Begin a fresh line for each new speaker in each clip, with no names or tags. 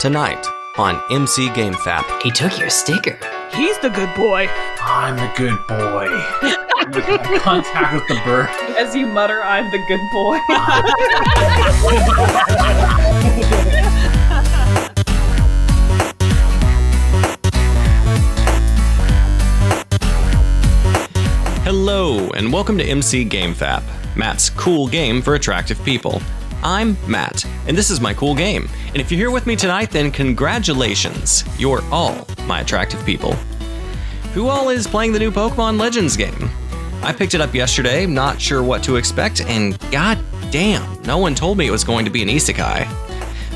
Tonight on MC GameFAP.
He took your sticker.
He's the good boy.
I'm the good boy. I'm the contact with the bird.
As you mutter, I'm the good boy.
Hello, and welcome to MC GameFAP, Matt's cool game for attractive people. I'm Matt, and this is my cool game. And if you're here with me tonight, then congratulations. You're all my attractive people. Who all is playing the new Pokemon Legends game? I picked it up yesterday, not sure what to expect, and god damn, no one told me it was going to be an isekai.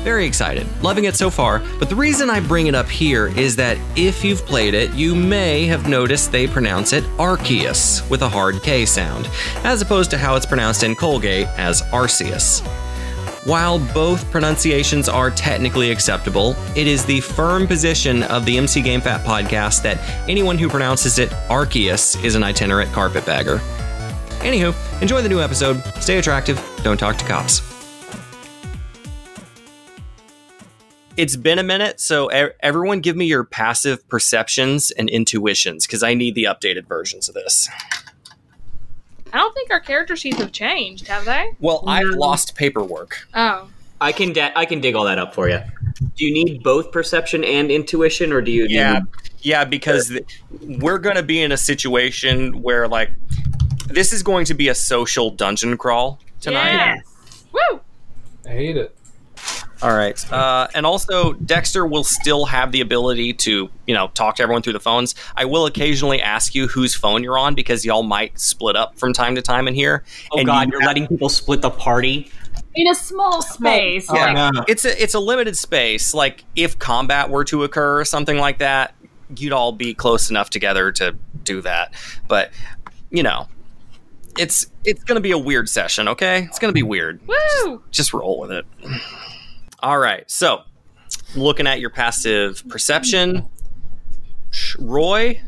Very excited, loving it so far. But the reason I bring it up here is that if you've played it, you may have noticed they pronounce it Arceus with a hard K sound, as opposed to how it's pronounced in Colgate as Arceus. While both pronunciations are technically acceptable, it is the firm position of the MC Game Fat podcast that anyone who pronounces it Arceus is an itinerant carpetbagger. Anywho, enjoy the new episode, stay attractive, don't talk to cops. it's been a minute, so e- everyone give me your passive perceptions and intuitions because I need the updated versions of this.
I don't think our character sheets have changed, have they?
Well, I've lost paperwork.
Oh.
I can da- I can dig all that up for you. Do you need both perception and intuition, or do you?
Yeah, yeah, because th- we're going to be in a situation where like this is going to be a social dungeon crawl tonight.
Yes. Woo!
I hate it.
All right. Uh, and also, Dexter will still have the ability to, you know, talk to everyone through the phones. I will occasionally ask you whose phone you're on because y'all might split up from time to time in here.
Oh
and
God,
you
you're letting people split the party.
In a small space.
Yeah.
like,
no.
it's a it's a limited space. Like if combat were to occur or something like that, you'd all be close enough together to do that. But you know, it's it's gonna be a weird session. Okay, it's gonna be weird.
Woo!
Just roll with it. All right. So, looking at your passive perception, Sh- Roy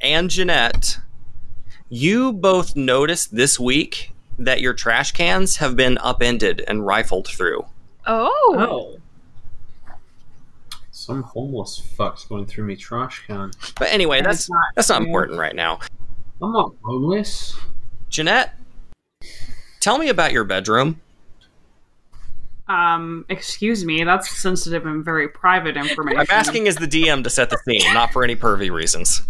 and Jeanette, you both noticed this week that your trash cans have been upended and rifled through.
Oh.
Some homeless fuck's going through me trash can.
But anyway, that's
it's not
that's not
fair.
important right now.
I'm not homeless.
Jeanette, tell me about your bedroom.
Um, excuse me, that's sensitive and very private information.
I'm asking as the DM to set the scene, not for any pervy reasons.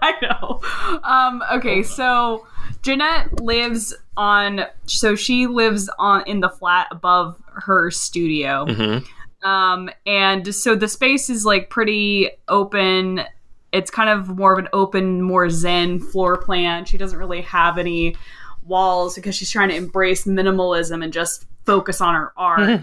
I know. Um, okay, so Jeanette lives on. So she lives on in the flat above her studio.
hmm
Um, and so the space is like pretty open. It's kind of more of an open, more zen floor plan. She doesn't really have any walls because she's trying to embrace minimalism and just focus on her art.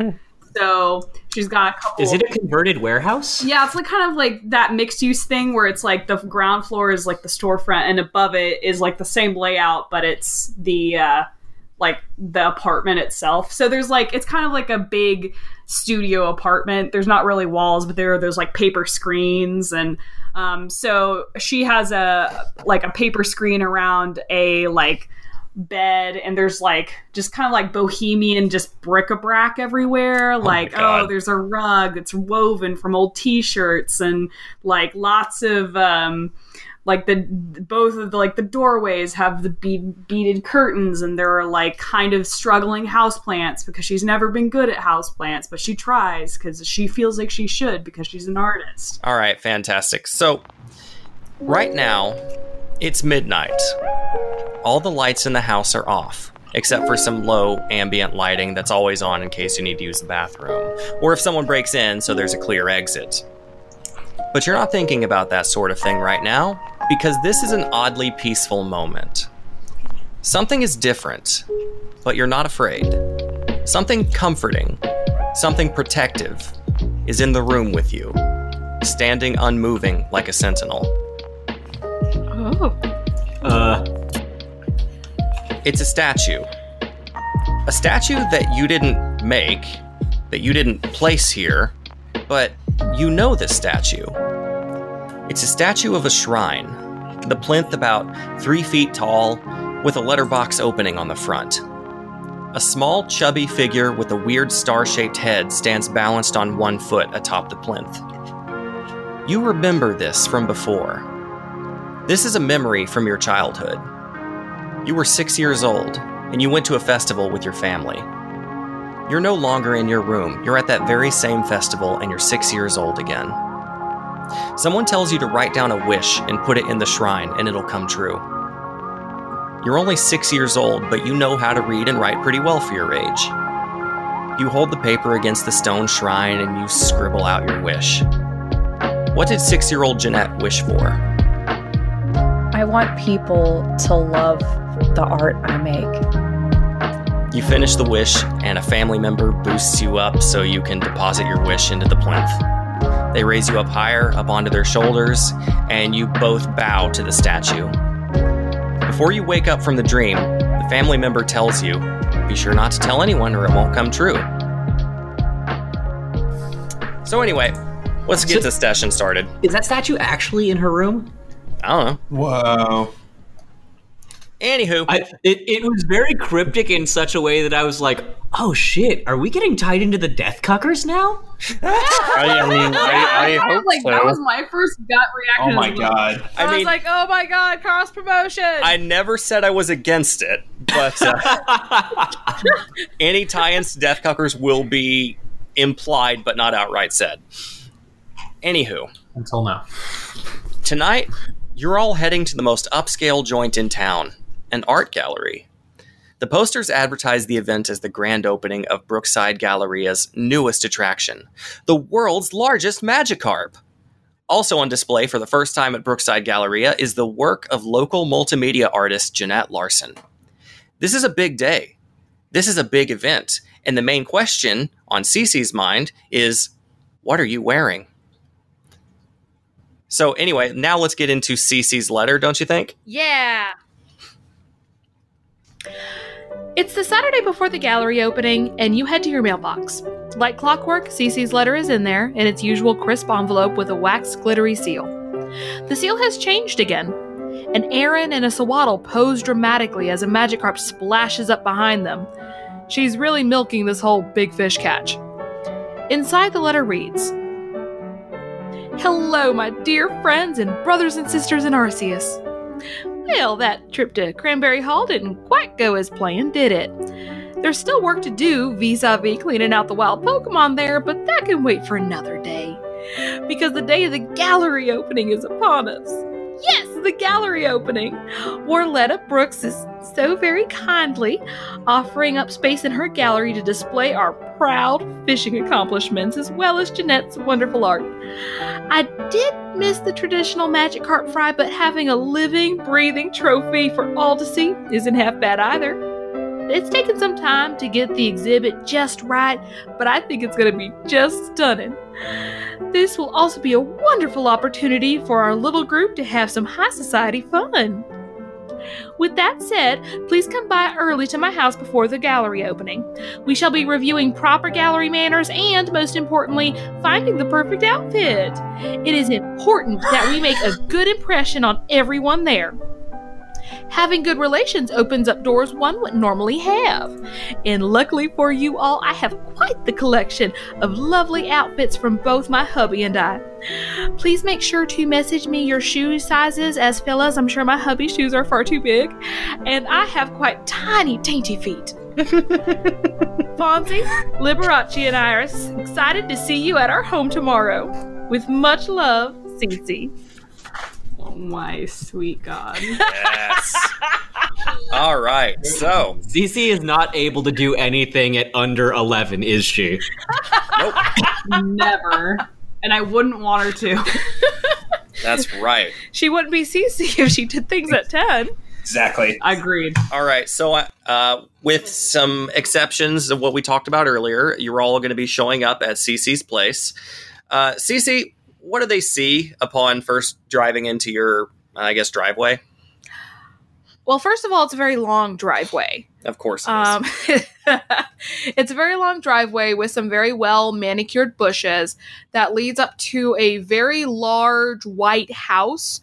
so she's got a couple.
Is it a converted warehouse?
Yeah, it's like kind of like that mixed use thing where it's like the ground floor is like the storefront and above it is like the same layout, but it's the uh, like the apartment itself. So there's like it's kind of like a big studio apartment. There's not really walls, but there are those like paper screens and um, so she has a like a paper screen around a like bed and there's like just kind of like bohemian just bric-a-brac everywhere like oh
God.
there's a rug that's woven from old t-shirts and like lots of um like the both of the like the doorways have the be- beaded curtains and there are like kind of struggling houseplants because she's never been good at houseplants but she tries because she feels like she should because she's an artist
All right, fantastic. So, right now, it's midnight. All the lights in the house are off, except for some low ambient lighting that's always on in case you need to use the bathroom, or if someone breaks in so there's a clear exit. But you're not thinking about that sort of thing right now, because this is an oddly peaceful moment. Something is different, but you're not afraid. Something comforting, something protective, is in the room with you standing unmoving like a sentinel.
Oh.
Uh,
It's a statue. A statue that you didn't make, that you didn't place here, but you know this statue. It's a statue of a shrine, the plinth about three feet tall, with a letterbox opening on the front. A small, chubby figure with a weird star shaped head stands balanced on one foot atop the plinth. You remember this from before. This is a memory from your childhood. You were six years old, and you went to a festival with your family. You're no longer in your room, you're at that very same festival, and you're six years old again. Someone tells you to write down a wish and put it in the shrine, and it'll come true. You're only six years old, but you know how to read and write pretty well for your age. You hold the paper against the stone shrine and you scribble out your wish. What did six year old Jeanette wish for?
I want people to love the art I make.
You finish the wish, and a family member boosts you up so you can deposit your wish into the plinth. They raise you up higher, up onto their shoulders, and you both bow to the statue. Before you wake up from the dream, the family member tells you, be sure not to tell anyone or it won't come true. So, anyway, let's get this session started.
Is that statue actually in her room?
I don't know.
Whoa.
Anywho,
I, it, it was very cryptic in such a way that I was like, oh shit, are we getting tied into the death cuckers now?
I, I mean, I, I
I was
hope
like,
so.
that was my first gut
Oh
reaction.
my
as well.
god.
I,
I
was
mean-
like, oh my god, cross promotion.
I never said I was against it, but uh, any tie ins to Death Cuckers will be implied but not outright said. Anywho,
Until now.
Tonight, you're all heading to the most upscale joint in town, an art gallery. The posters advertise the event as the grand opening of Brookside Galleria's newest attraction, the world's largest Magikarp. Also on display for the first time at Brookside Galleria is the work of local multimedia artist Jeanette Larson. This is a big day. This is a big event. And the main question on Cece's mind is what are you wearing? So anyway, now let's get into Cece's letter, don't you think?
Yeah. It's the Saturday before the gallery opening, and you head to your mailbox. Like clockwork, Cece's letter is in there in its usual crisp envelope with a waxed glittery seal. The seal has changed again. An Aaron and a Swaddle pose dramatically as a Magikarp splashes up behind them. She's really milking this whole big fish catch. Inside the letter reads Hello, my dear friends and brothers and sisters in Arceus. Well, that trip to Cranberry Hall didn't quite go as planned, did it? There's still work to do vis a vis cleaning out the wild Pokemon there, but that can wait for another day. Because the day of the gallery opening is upon us. Yes, the gallery opening! Warletta Brooks is so very kindly offering up space in her gallery to display our proud fishing accomplishments as well as Jeanette's wonderful art. I did miss the traditional magic carp fry, but having a living, breathing trophy for all to see isn't half bad either. It's taken some time to get the exhibit just right, but I think it's going to be just stunning. This will also be a wonderful opportunity for our little group to have some high society fun. With that said, please come by early to my house before the gallery opening. We shall be reviewing proper gallery manners and, most importantly, finding the perfect outfit. It is important that we make a good impression on everyone there. Having good relations opens up doors one wouldn't normally have. And luckily for you all, I have quite the collection of lovely outfits from both my hubby and I. Please make sure to message me your shoe sizes, as fellas, I'm sure my hubby's shoes are far too big, and I have quite tiny, dainty feet. Fonzie, Liberace, and Iris, excited to see you at our home tomorrow. With much love, Cece.
Oh my sweet god.
Yes. all right. So,
Cece is not able to do anything at under 11, is she?
Never. And I wouldn't want her to.
that's right.
She wouldn't be Cece if she did things at 10.
Exactly.
Agreed.
All right. So, I- uh, with some exceptions of what we talked about earlier, you're all going to be showing up at Cece's place. Uh, Cece, what do they see upon first driving into your, I guess, driveway?
Well, first of all, it's a very long driveway.
Of course. It
Uh,
is.
Um, it's a very long driveway with some very well manicured bushes that leads up to a very large white house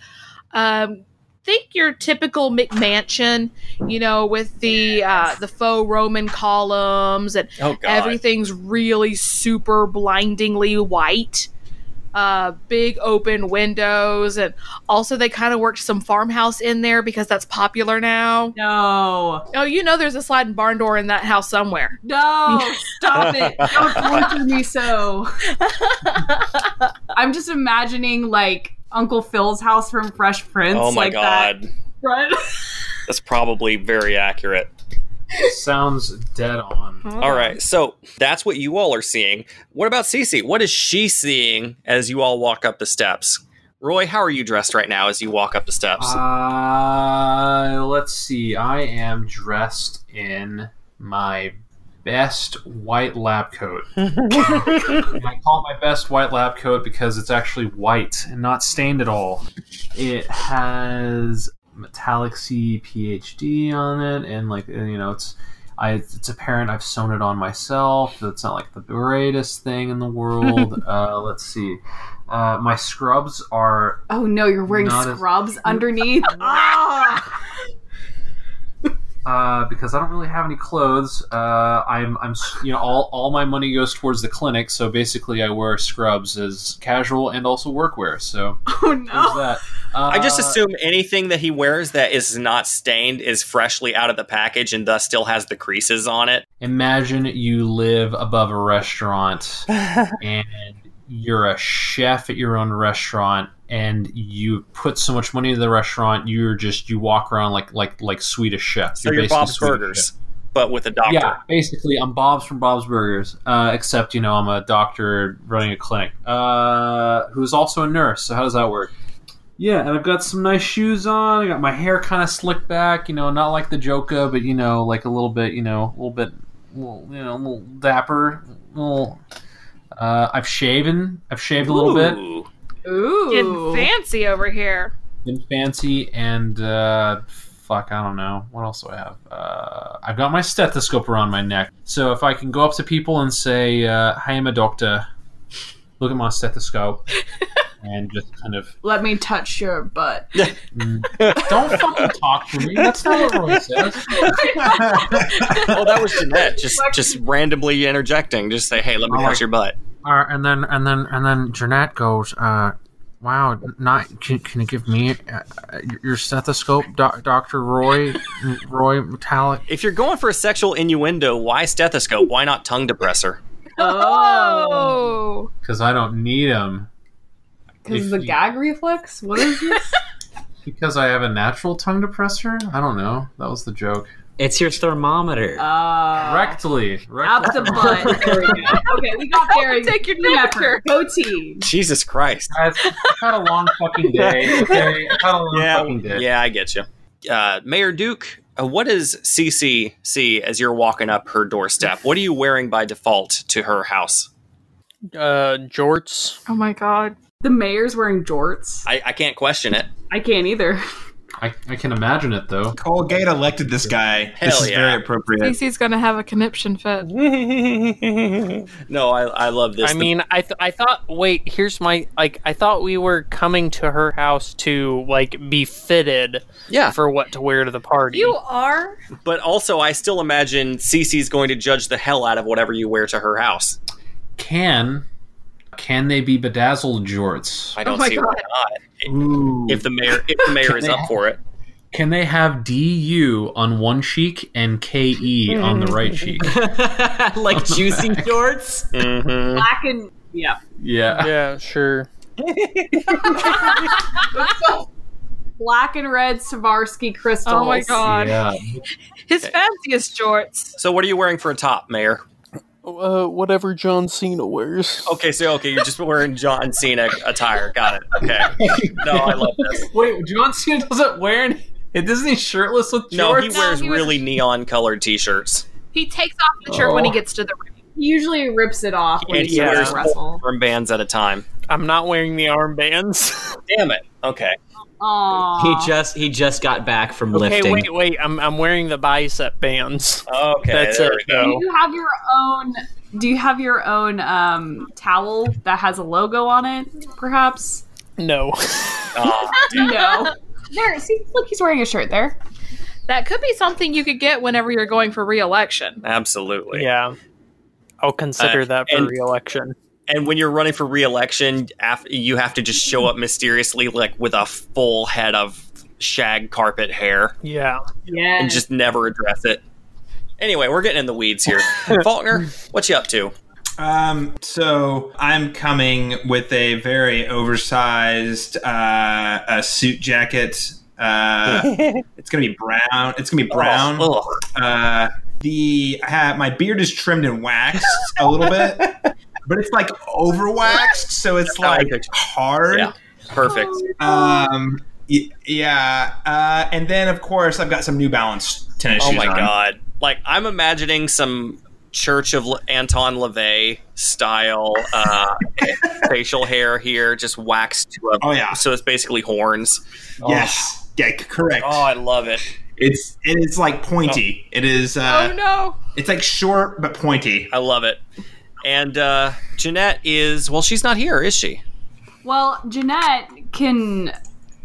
um, think your typical McMansion, you know, with the uh, the faux Roman columns and
Oh god.
everything's really super blindingly white. Uh, big open windows, and also they kind of worked some farmhouse in there because that's popular now.
No,
Oh, you know, there's a sliding barn door in that house somewhere.
no, Oh, stop it! Don't look at me so. I'm just imagining like Uncle Phil's house from Fresh Prince.
oh my
like That.
god.
Right?
That's probably very accurate.
Sounds dead on.
All
Oh.
right, so that's what you all are seeing. What about Cece? What is she seeing as you all walk up the steps? Roy, how are you dressed right now as you walk up the steps?
Uh, let's see. I am dressed in my best white lab coat. And I call it my best white lab coat because it's actually white and not stained at all. It has metallic C PhD on it, and like you know, it's I it's apparent I've sewn it on myself. That's not like the greatest thing in the world. uh, let's see. Uh, my scrubs are
Oh no, you're wearing
Not as-
scrubs underneath. ah!
uh, because I don't really have any clothes. Uh, I'm, I'm, you know, all, all my money goes towards the clinic, so basically I wear scrubs as casual and also workwear. So
Oh no.
there's that. Uh,
I just assume anything that he wears that is not stained is freshly out of the package and thus still has the creases on it.
Imagine you live above a restaurant and you're a chef at your own restaurant and you put so much money into the restaurant you're just you walk around like like like Swedish chef.
So you're
basically
Bob's
Swedish
Burgers,
chef.
but with a doctor.
Yeah, basically, I'm Bob's from Bob's Burgers, uh, except you know I'm a doctor running a clinic uh, who's also a nurse. So how does that work? Yeah, and I've got some nice shoes on. I got my hair kind of slicked back, you know, not like the Joka, but you know, like a little bit, you know, a little bit, little, you know, a little dapper. Little, uh, I've shaven. I've shaved a little bit.
Ooh.
Getting
Ooh.
fancy over here.
Been fancy and uh, fuck, I don't know. What else do I have? Uh, I've got my stethoscope around my neck, so if I can go up to people and say, uh, "Hi, I'm a doctor. Look at my stethoscope," and just kind of Mm.
Let me touch your butt.
don't fucking talk to me. That's not what Roy says.
oh, that was Jeanette just just randomly interjecting. Just say, "Hey, let me
Oh,
touch
my-
your butt."
Uh, and then and then and then Jeanette goes, uh, "Wow, not can, can you give me uh, your stethoscope, doc, Doctor Roy, Roy Metallic?"
If you're going for a sexual innuendo, why stethoscope? Why not tongue depressor?
Oh.
Oh,
Because I don't need him.
Because the gag reflex? What is this?
Because I have a natural tongue depressor? I don't know. That was the joke.
It's your thermometer.
Uh,
Rectally.
Out the butt. There we go. Okay, we got there.
take your
Team effort.
temperature.
Goatee.
Jesus Christ!
I've had a long fucking day. Okay? I've had a long fucking day.
yeah, I get you. Uh, Mayor Duke, uh, what does CC see as you're walking up her doorstep? What are you wearing by default to her house?
Uh, jorts.
oh my god.
The mayor's wearing jorts.
I, I can't question it.
I can't either.
I, I can imagine it, though.
Colgate elected this guy.
Hell
this is
yeah.
very appropriate.
CC's gonna have a conniption fit.
No, I, I love this.
I mean, I th- I thought. Wait, here's my like. I thought we were coming to her house to like be fitted
yeah,
for what to wear to the party.
You are?
but also I still imagine Cece's going to judge the hell out of whatever you wear to her house.
Can. Can they be bedazzled jorts?
Oh
I don't see why not.
Ooh.
If the mayor, if the mayor is up for it,
Can they have DU on one cheek and KE on the right cheek?
like juicy jorts.
mm-hmm.
Black and. Yeah.
Yeah.
Yeah, sure.
Black and red Savarsky crystals.
Oh my god.
Yeah.
His fanciest jorts.
So, what are you wearing for a top, Mayor?
Uh, whatever John Cena wears.
Okay, so okay, you're just wearing John Cena attire. Got it. Okay. No, I love this.
Wait, John Cena doesn't wear any. Isn't he shirtless with jorts?
No, he wears
he was-
really neon colored t-shirts.
He takes off the shirt when he gets to the ring.
He usually rips it off when
And
he's
he
Yeah.
trying
wears
to
four
wrestle.
armbands at a time.
I'm not wearing the armbands.
Damn it. Okay.
Aww.
He just he just got back from
okay,
lifting.
wait, wait. I'm I'm wearing the bicep bands.
Okay.
That's
there
it,
we go.
Do you have your own? Do you have your own um, towel that has a logo on it? Perhaps.
No.
Aw.
No. There, see, look, he's wearing a shirt there.
That could be something you could get whenever you're going for re-election.
Absolutely.
Yeah. I'll consider
Uh,
that for
and-
reelection.
And when you're running for re-election, af- you have to just show up mysteriously, like with a full head of shag carpet hair,
Yeah.
Yeah.
and just never address it. Anyway, we're getting in the weeds here. Faulkner, what you up to?
Um, so I'm coming with a very oversized uh, a suit jacket. Uh, it's gonna be brown. It's gonna be brown.
Ugh.
Uh, the I have, my beard is trimmed and waxed a little bit, but it's like over waxed, so it's
How I
like
picture-
hard.
Yeah. Perfect.
Um, y- yeah. Uh, and then of course I've got some New Balance tennis
Oh
shoes
my
on.
god! Like I'm imagining some Church of L- Anton LaVey style uh, facial hair here, just waxed to a.
Oh yeah.
So it's basically horns.
Yes. Yeah, c- correct.
Oh, I love it.
It's it is like pointy. It is uh
oh no!
it's like short but pointy.
I love it. And uh, Jeanette is well, she's not here, is she?
Well, Jeanette can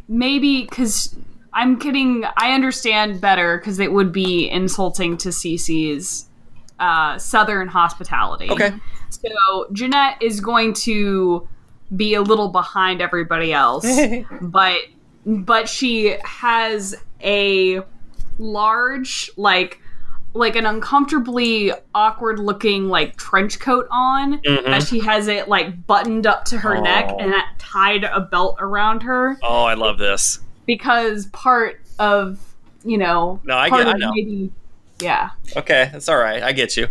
maybe because I'm kidding. I understand better because it would be insulting to Cece's uh, southern hospitality.
Okay.
So Jeanette is going to be a little behind everybody else, but but she has a large like like an uncomfortably awkward looking like trench coat on that she has it like buttoned up to her neck
Oh.
and that tied a belt around her
Oh, I love this.
because part of you know
No, I
part
get- I
of
know.
maybe yeah
Okay, that's all right. I get you.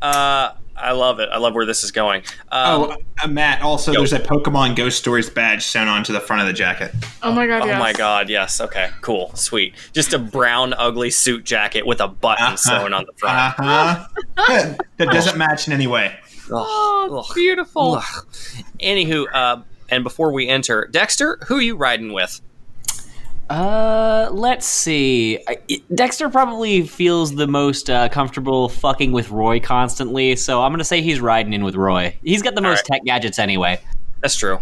Uh, I love it. I love where this is going. Um,
Oh, uh, Matt. Also, there's a Pokemon Ghost Stories badge sewn onto the front of the jacket.
Oh my god!
Oh
yes.
my god, yes. Okay, cool, sweet. Just a brown, ugly suit jacket with a button
Uh-huh.
sewn on the
Uh
front.
huh. that doesn't match in any way.
Oh,
Ugh.
beautiful.
Ugh. Anywho, uh, and before we enter, Dexter, who are you riding with?
Uh, let's see. I- Dexter probably feels the most uh, comfortable fucking with Roy constantly, so I'm gonna say he's riding in with Roy. He's got the most tech gadgets anyway.
That's true.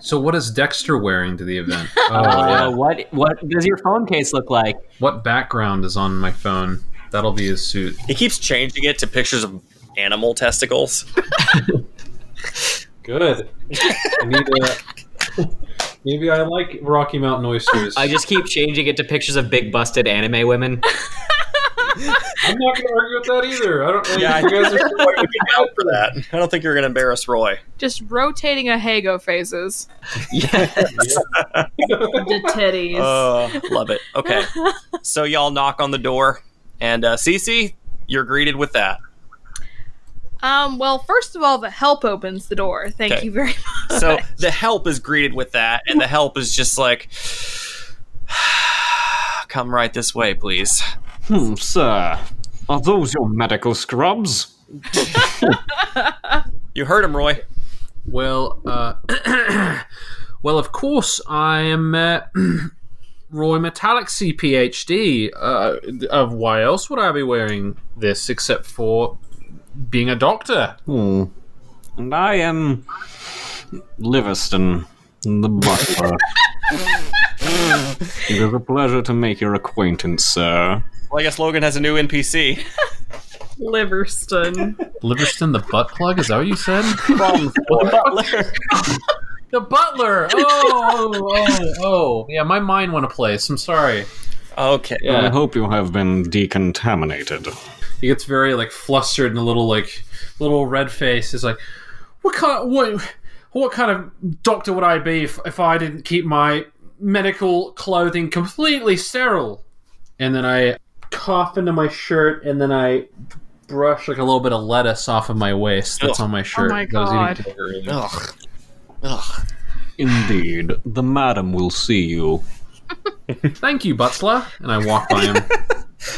So, what is Dexter wearing to the event? Oh,
Uh,
yeah.
what what does your phone case look like?
What background is on my phone? That'll be his suit.
He keeps changing it to pictures of animal testicles.
Good. I need a, maybe I like Rocky Mountain oysters.
I just keep changing it to pictures of big busted anime women.
I'm not going to argue with that either. I don't. Really,
Oh, Yeah, I-
you guys are so
Roy would be down for that. I don't think you're going to embarrass Roy.
Just rotating a Hago phases.
the titties
Uh, love it. Okay. So y'all knock on the door, and uh, Cece, you're greeted with that.
Um. Well, first of all, the help opens the door. Thank
Okay.
you very much.
So the help is greeted with that, and the help is just like, come right this way, please.
Hmm, sir. Are those your medical scrubs?
You heard him, Roy.
Well, uh, well, of course, I am uh, Roy Metallicsy, PhD. Uh, uh, why else would I be wearing this except for being a doctor?
Hmm. And I am Livingston, the butler. it is a pleasure to make your acquaintance, sir.
Well, I guess Logan has a new NPC.
liverston
Livingston the butt plug? Is that what you said? the butler. Oh, oh, oh, oh. Yeah, my mind went a place. I'm sorry.
okay.
I
Yeah,
hope you have been decontaminated.
he gets very like flustered and a little like little red face. He's like, "What kind? What? What kind of doctor would I be if, if I didn't keep my medical clothing completely sterile?" And then I cough into my shirt, and then I brush like a little bit of lettuce off of my waist that's
Oh
on my shirt.
my
that I was eating
God.
today earlier.
Ugh. Ugh.
Indeed, the madam will see you.
Thank you, Butler. And I walk by him.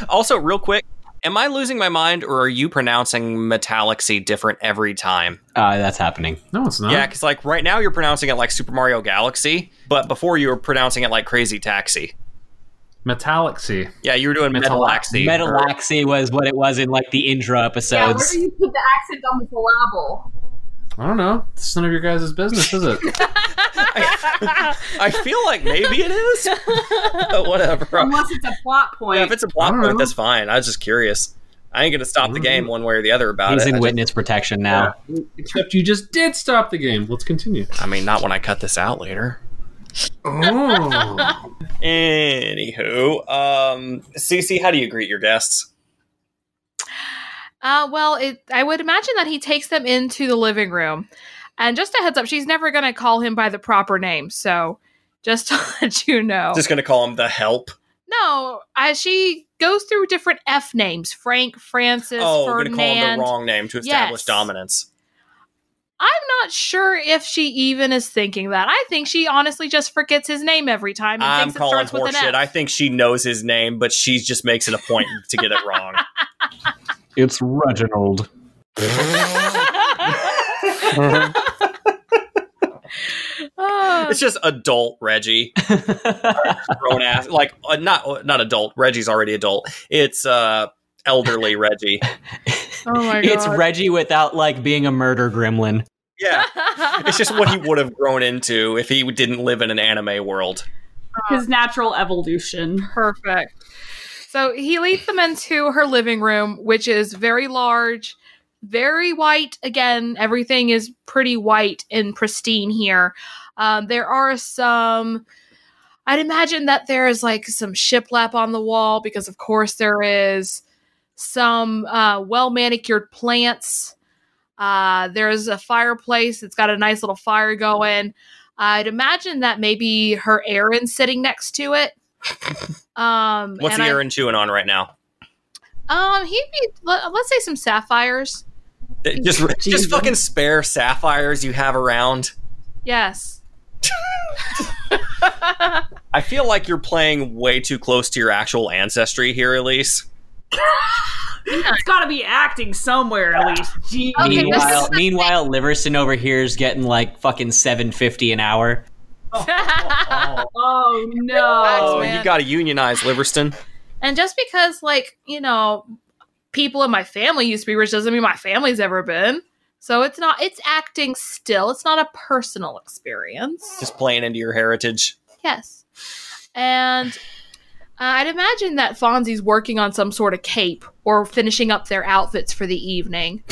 Also, real quick, am I losing my mind, or are you pronouncing Metallicsy different every time?
Uh, that's happening.
no, it's not.
Yeah, because like right now you're pronouncing it like Super Mario Galaxy, but before you were pronouncing it like Crazy Taxi.
Metallicsy.
Yeah, you were doing
Metal-
Metalaxy.
Metalaxy was what it was in like the intro episodes.
you put the accent on the syllable
I don't know. It's none of your guys' business, is it?
I feel like maybe it is, but whatever.
Unless it's a plot point.
Yeah, if it's a plot
I don't
point,
know. Mm-hmm.
that's fine. I was just curious. I ain't gonna stop the game one way or the other about
He's
it.
in
I just-
witness protection now.
Except you just did stop the game. Let's continue.
I mean, not when I cut this out later.
Oh.
Anywho, um, Cece, how do you greet your guests?
Uh, well, it, I would imagine that he takes them into the living room. And just a heads up, she's never going to call him by the proper name. So just to let you know.
Just gonna call them the help.
no, I, she goes through different F names Frank, Francis,
oh,
Ferdinand.
gonna call them the wrong name to establish
Yes.
dominance.
I'm not sure if she even is thinking that. I think she honestly just forgets his name every time and
I'm
thinks it
calling
starts with an
horseshit.
F.
I think she knows his name, but she just makes it a point to get it wrong.
It's Reginald.
Oh.
Ah.
Oh.
It's just adult Reggie, grown ass. Like uh, not not adult. Reggie's already adult. It's uh elderly Reggie.
oh my
It's Reggie without like being a murder gremlin.
Yeah, it's just what he would have grown into if he didn't live in an anime world.
His natural evolution.
Perfect. So he leads them into her living room, which is very large, very white. Again, everything is pretty white and pristine here. Um, there are some. I'd imagine that there is like some shiplap on the wall because, of course, there is some uh, well manicured plants. Uh, there's a fireplace. It's got a nice little fire going. I'd imagine that maybe her Aaron's sitting next to it. Um,
What's
and
the
I-
Aaron chewing on right now?
um, he'd be let, let's say some sapphires.
Th- Uh, Just just fucking spare sapphires you have around.
Yes.
I feel like you're playing way too close to your actual ancestry here, Elise.
It's got to be acting somewhere at least. Jeez.
Okay, this is
meanwhile,
the
meanwhile, Liverston over here is getting like fucking seven fifty an hour.
Oh
Relax,
Oh,
no.
man.
you got to unionize, Liverston.
and just because, like you know, people in my family used to be rich doesn't mean my family's ever been. So it's not. It's acting still. It's not a personal experience.
Just playing into your heritage.
Yes. And uh, I'd imagine that Fonzie's working on some sort of cape or finishing up their outfits for the evening.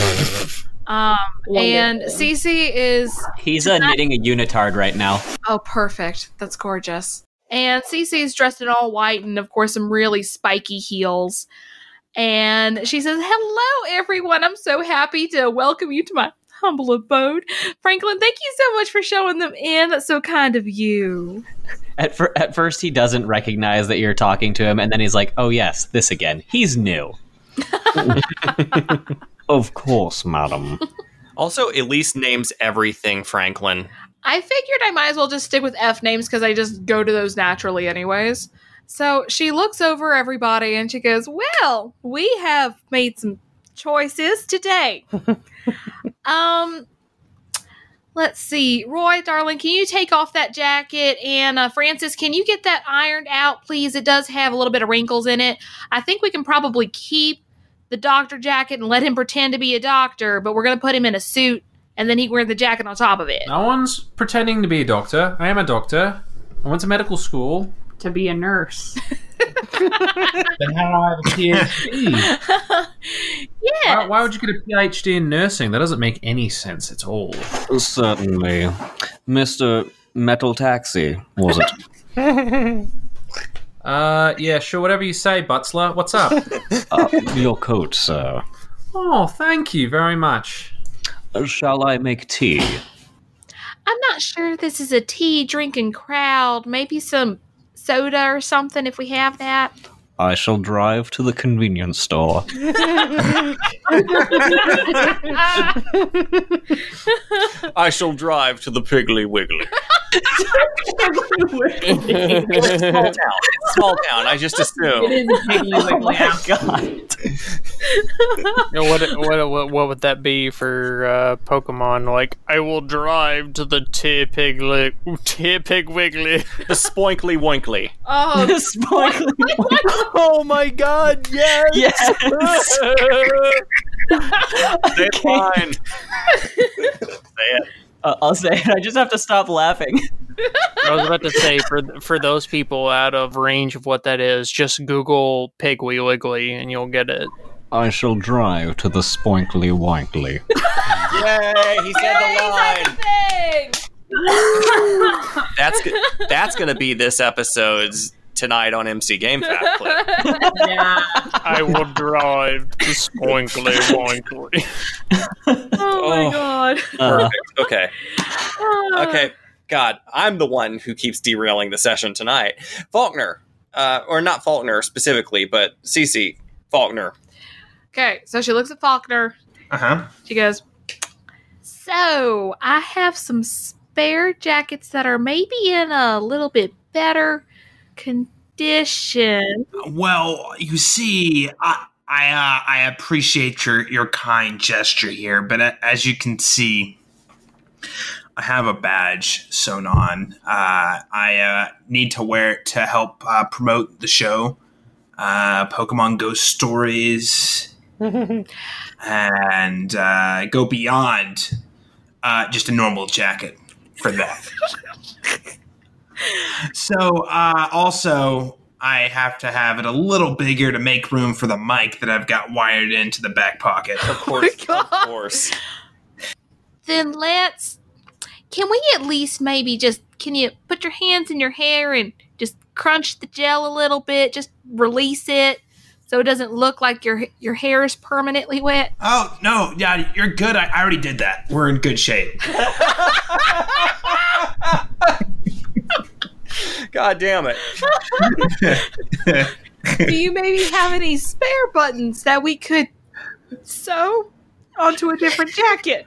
um, and Cece is
He's uh, knitting a unitard right now.
Oh, perfect. That's gorgeous. And Cece's dressed in all white and, of course, some really spiky heels. And she says, Hello, everyone. I'm so happy to welcome you to my humble abode. Franklin, thank you so much for showing them in. That's so kind of you.
At, fir- at first, he doesn't recognize that you're talking to him, and then he's like, "Oh yes, this again. He's new."
Of course, madam.
Also, Elise names everything Franklin.
I figured I might as well just stick with F names because I just go to those naturally, anyways. So she looks over everybody and she goes, Well, we have made some choices today. um, let's see. Roy, darling, can you take off that jacket? And uh, Francis, can you get that ironed out, please? It does have a little bit of wrinkles in it. I think we can probably keep the doctor jacket and let him pretend to be a doctor, but we're going to put him in a suit and then he wear the jacket on top of it.
No one's pretending to be a doctor. I am a doctor. I went to medical school.
To be a nurse.
Then how do I have a PhD? why,
Yeah.
why would you get a PhD in nursing? That doesn't make any sense at all.
Certainly. Mr. Metal Taxi, was it?
Uh, yeah, sure, whatever you say, Butzler. What's up?
uh, your coat, sir.
oh, thank you very much.
Uh, Shall I make tea?
I'm not sure if this is a tea drinking crowd. Maybe some soda or something if we have that.
I shall drive to the convenience store.
I shall drive to the Piggly Wiggly. small town. Small town. I just assume.
oh my god!
You know, what, what what what would that be for uh, Pokemon? Like, I will drive to the Tear Piglet, Tear Pig Wiggly.
The Spoinkly Woinkly.
Oh,
Oh my God! Yes.
yes.
Say it fine. Say it.
Uh, I'll say it. I just have to stop laughing.
I was about to say for for those people out of range of what that is, just Google Piggly Wiggly and you'll get it.
I shall drive to the spoinkly wankly.
Yay! He said the line. That's go- that's gonna be this episode's tonight on MC Game Fab clip.
I will drive to Spoinkly Woinkly.
Oh my god.
Uh.
Perfect. Okay. Okay. God, I'm the one who keeps derailing the session tonight. Faulkner, uh, or not Faulkner specifically, but Cece Faulkner.
Okay, so she looks at Faulkner.
Uh huh.
She goes, So I have some spare jackets that are maybe in a little bit better condition.
Well, you see, I I, uh, I appreciate your your kind gesture here, but a- as you can see, I have a badge sewn on. Uh, I uh, need to wear it to help uh, promote the show, uh, Pokemon Ghost Stories, and uh, go beyond uh, just a normal jacket for that. So, uh, also, I have to have it a little bigger to make room for the mic that I've got wired into the back pocket.
Of course, of course.
Then let's. Can we at least maybe just. Can you put your hands in your hair and just crunch the gel a little bit? Just release it so it doesn't look like your your hair is permanently wet?
Oh, no, yeah, you're good. I, I already did that. We're in good shape.
God damn it.
Do you maybe have any spare buttons that we could sew onto a different jacket?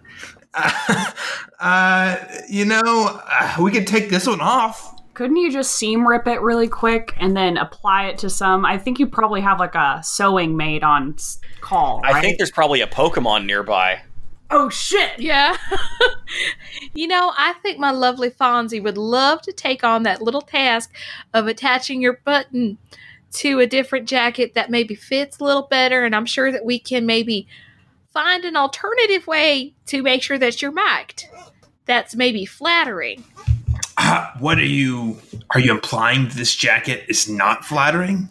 Uh, you know, uh, we could take this one off.
Couldn't you just seam rip it really quick and then apply it to some? I think you probably have like a sewing maid on s- call, right?
I think there's probably a Pokemon nearby.
oh shit!
Yeah. you know, I think my lovely Fonzie would love to take on that little task of attaching your button to a different jacket that maybe fits a little better, and I'm sure that we can maybe find an alternative way to make sure that you're mic'd. That's maybe flattering.
Uh, what are you? Are you implying this jacket is not flattering?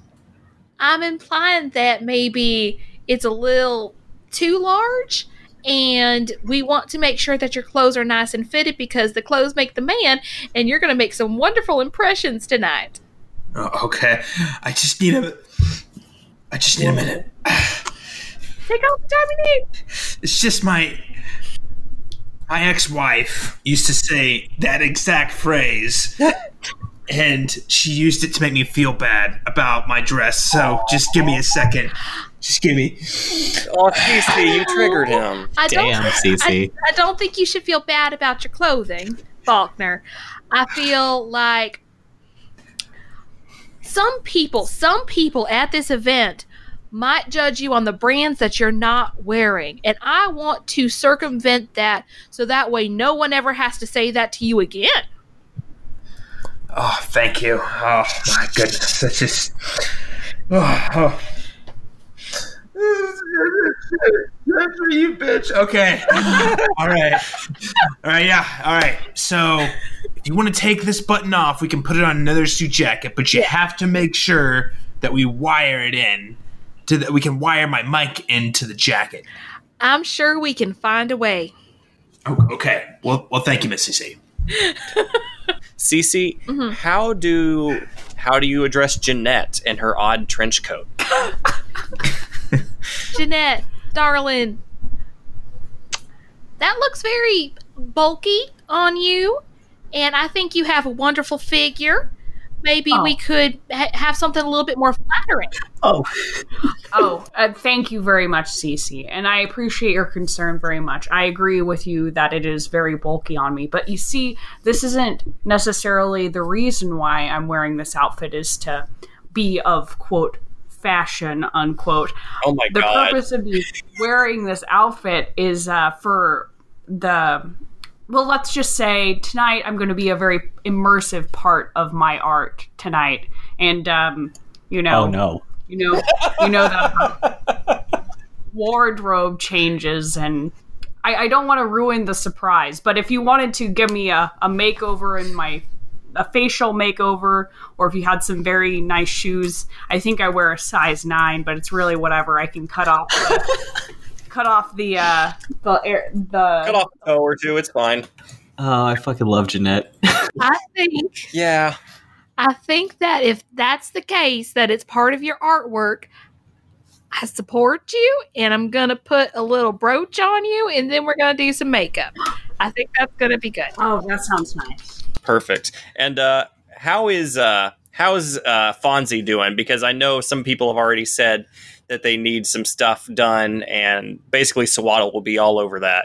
I'm implying that maybe it's a little too large and we want to make sure that your clothes are nice and fitted because the clothes make the man and you're going to make some wonderful impressions tonight.
Oh, okay, I just need a. I just need a minute.
Take off the time you need.
It's just my my ex-wife used to say that exact phrase and she used it to make me feel bad about my dress. So just give me a second. Just give me
Oh, CC, you triggered him.
I
Damn,
don't
CC.
I don't think you should feel bad about your clothing, Faulkner. I feel like some people, some people at this event might judge you on the brands that you're not wearing. And I want to circumvent that so that way no one ever has to say that to you again.
Oh, thank you. Oh my goodness. That's just oh, oh. That's for you, bitch. Okay. All right. All right. Yeah. All right. So, if you want to take this button off, we can put it on another suit jacket, but you have to make sure that we wire it in to that we can wire my mic into the jacket.
I'm sure we can find a way.
Oh, okay. Well, well, thank you, Miss CC.
Cece, how do how do you address Jeanette in her odd trench coat?
Jeanette, darling, that looks very bulky on you, and I think you have a wonderful figure. Maybe we could ha- have something a little bit more flattering.
Oh, uh, thank you very much, Cece, and I appreciate your concern very much. I agree with you that it is very bulky on me, but you see, this isn't necessarily the reason why I'm wearing this outfit is to be of quote fashion unquote.
Oh my
the
god.
purpose of me wearing this outfit is uh, for the well let's just say tonight i'm going to be a very immersive part of my art tonight and um, you know
Oh no.
you know you know that wardrobe changes and I, I don't want to ruin the surprise but if you wanted to give me a, a makeover in my a facial makeover or if you had some very nice shoes. I think I wear a size nine, but it's really whatever. I can cut off the, cut off the uh, the air, the
Cut off a toe or two. It's fine.
Oh, I fucking love Jeanette.
I think
Yeah.
I think that if that's the case, that it's part of your artwork. I support you, and I'm gonna put a little brooch on you, and then we're gonna do some makeup. I think that's gonna be good.
Oh, that sounds nice.
Perfect. And uh, how is uh, how is uh, Fonzie doing? Because I know some people have already said that they need some stuff done, and basically Swaddle will be all over that.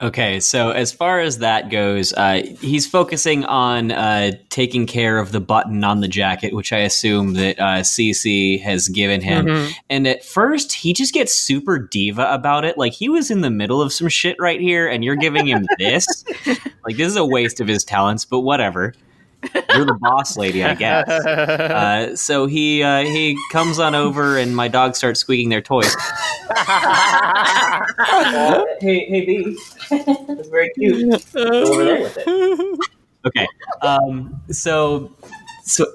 Okay, so as far as that goes, uh, he's focusing on uh, taking care of the button on the jacket, which I assume that uh, CC has given him.
Mhm.
And at first, he just gets super diva about it. Like he was in the middle of some shit right here, and you're giving him this. like this is a waste of his talents, but whatever. You're the boss lady, I guess. Uh, so he uh, he comes on over, and my dog starts squeaking their toys.
Uh, hey, hey, B. That's very cute.
Okay. Um, so, so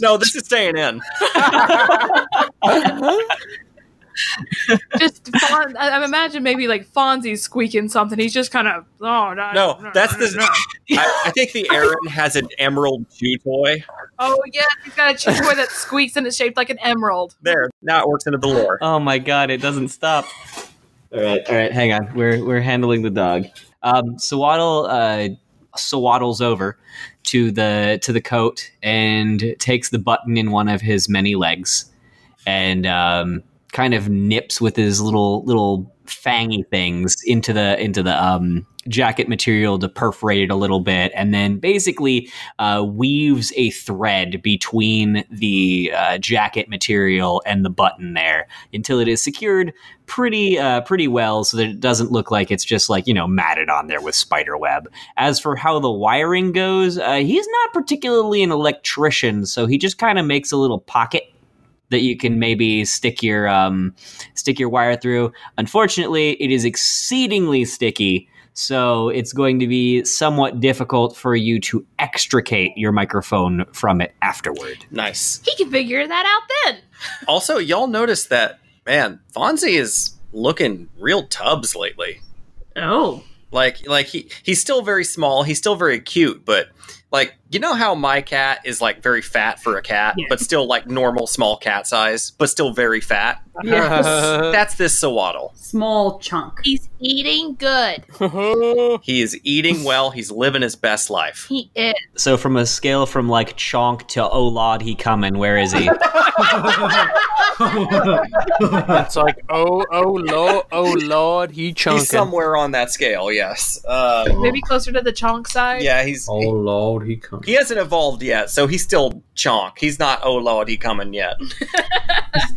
No, Oh, this is staying in.
Just Fon- I, I imagine maybe like Fonzie's squeaking something. He's just kind of oh no
No, that's the. I, I think the Aaron has an emerald chew toy.
oh yeah. He's got a chew toy that squeaks and it's shaped like an emerald.
There, now it works into the lore.
Oh my god, it doesn't stop. All right, all right, hang on. We're we're handling the dog. Um, Swaddle uh, swaddles over to the to the coat and takes the button in one of his many legs and um, kind of nips with his little little fangy things into the into the um, jacket material to perforate it a little bit and then basically uh, weaves a thread between the uh, jacket material and the button there until it is secured pretty uh, pretty well so that it doesn't look like it's just like you know matted on there with spider web as for how the wiring goes uh, he's not particularly an electrician so he just kind of makes a little pocket that you can maybe stick your um, stick your wire through. Unfortunately, it is exceedingly sticky, so it's going to be somewhat difficult for you to extricate your microphone from it afterward.
Nice.
He can figure that out then.
Also, y'all notice that man Fonzie is looking real tubs lately.
Oh,
Like, like he he's still very small. He's still very cute, but like you know how my cat is like very fat for a cat,
Yeah.
but still like normal small cat size, but still very fat. That's this Sawaddle.
small chunk.
He's eating good.
He is eating well. He's living his best life.
He is.
So, from a scale from like chonk to oh lord, he coming. Where is he?
It's like, oh, oh, lord, oh, lord, he
He's
chunking.
somewhere on that scale. Yes. Um,
Maybe closer to the chonk side.
yeah. He's
Oh lord, he comes.
he hasn't evolved yet, so he's still chonk. He's not oh lord he coming yet.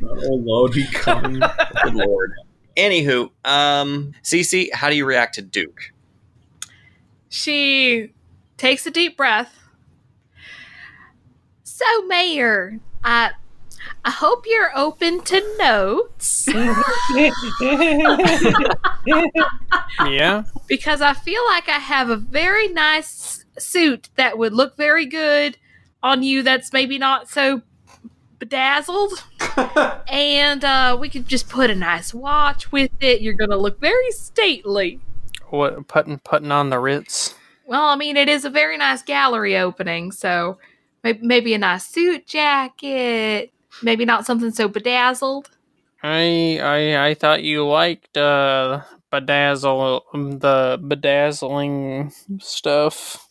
Oh lord, he comes.
Good lord. Anywho, um, Cece, how do you react to Duke?
She takes a deep breath. So, Mayor, I I hope you're open to notes
Yeah?
because I feel like I have a very nice suit that would look very good on you. That's maybe not so bedazzled, and uh, we could just put a nice watch with it. You're gonna look very stately.
What, putting, putting on the Ritz?
Well, I mean, it is a very nice gallery opening, so may- maybe a nice suit jacket, maybe not something so bedazzled.
I, I, I thought you liked, uh, bedazzle, um, the bedazzling stuff.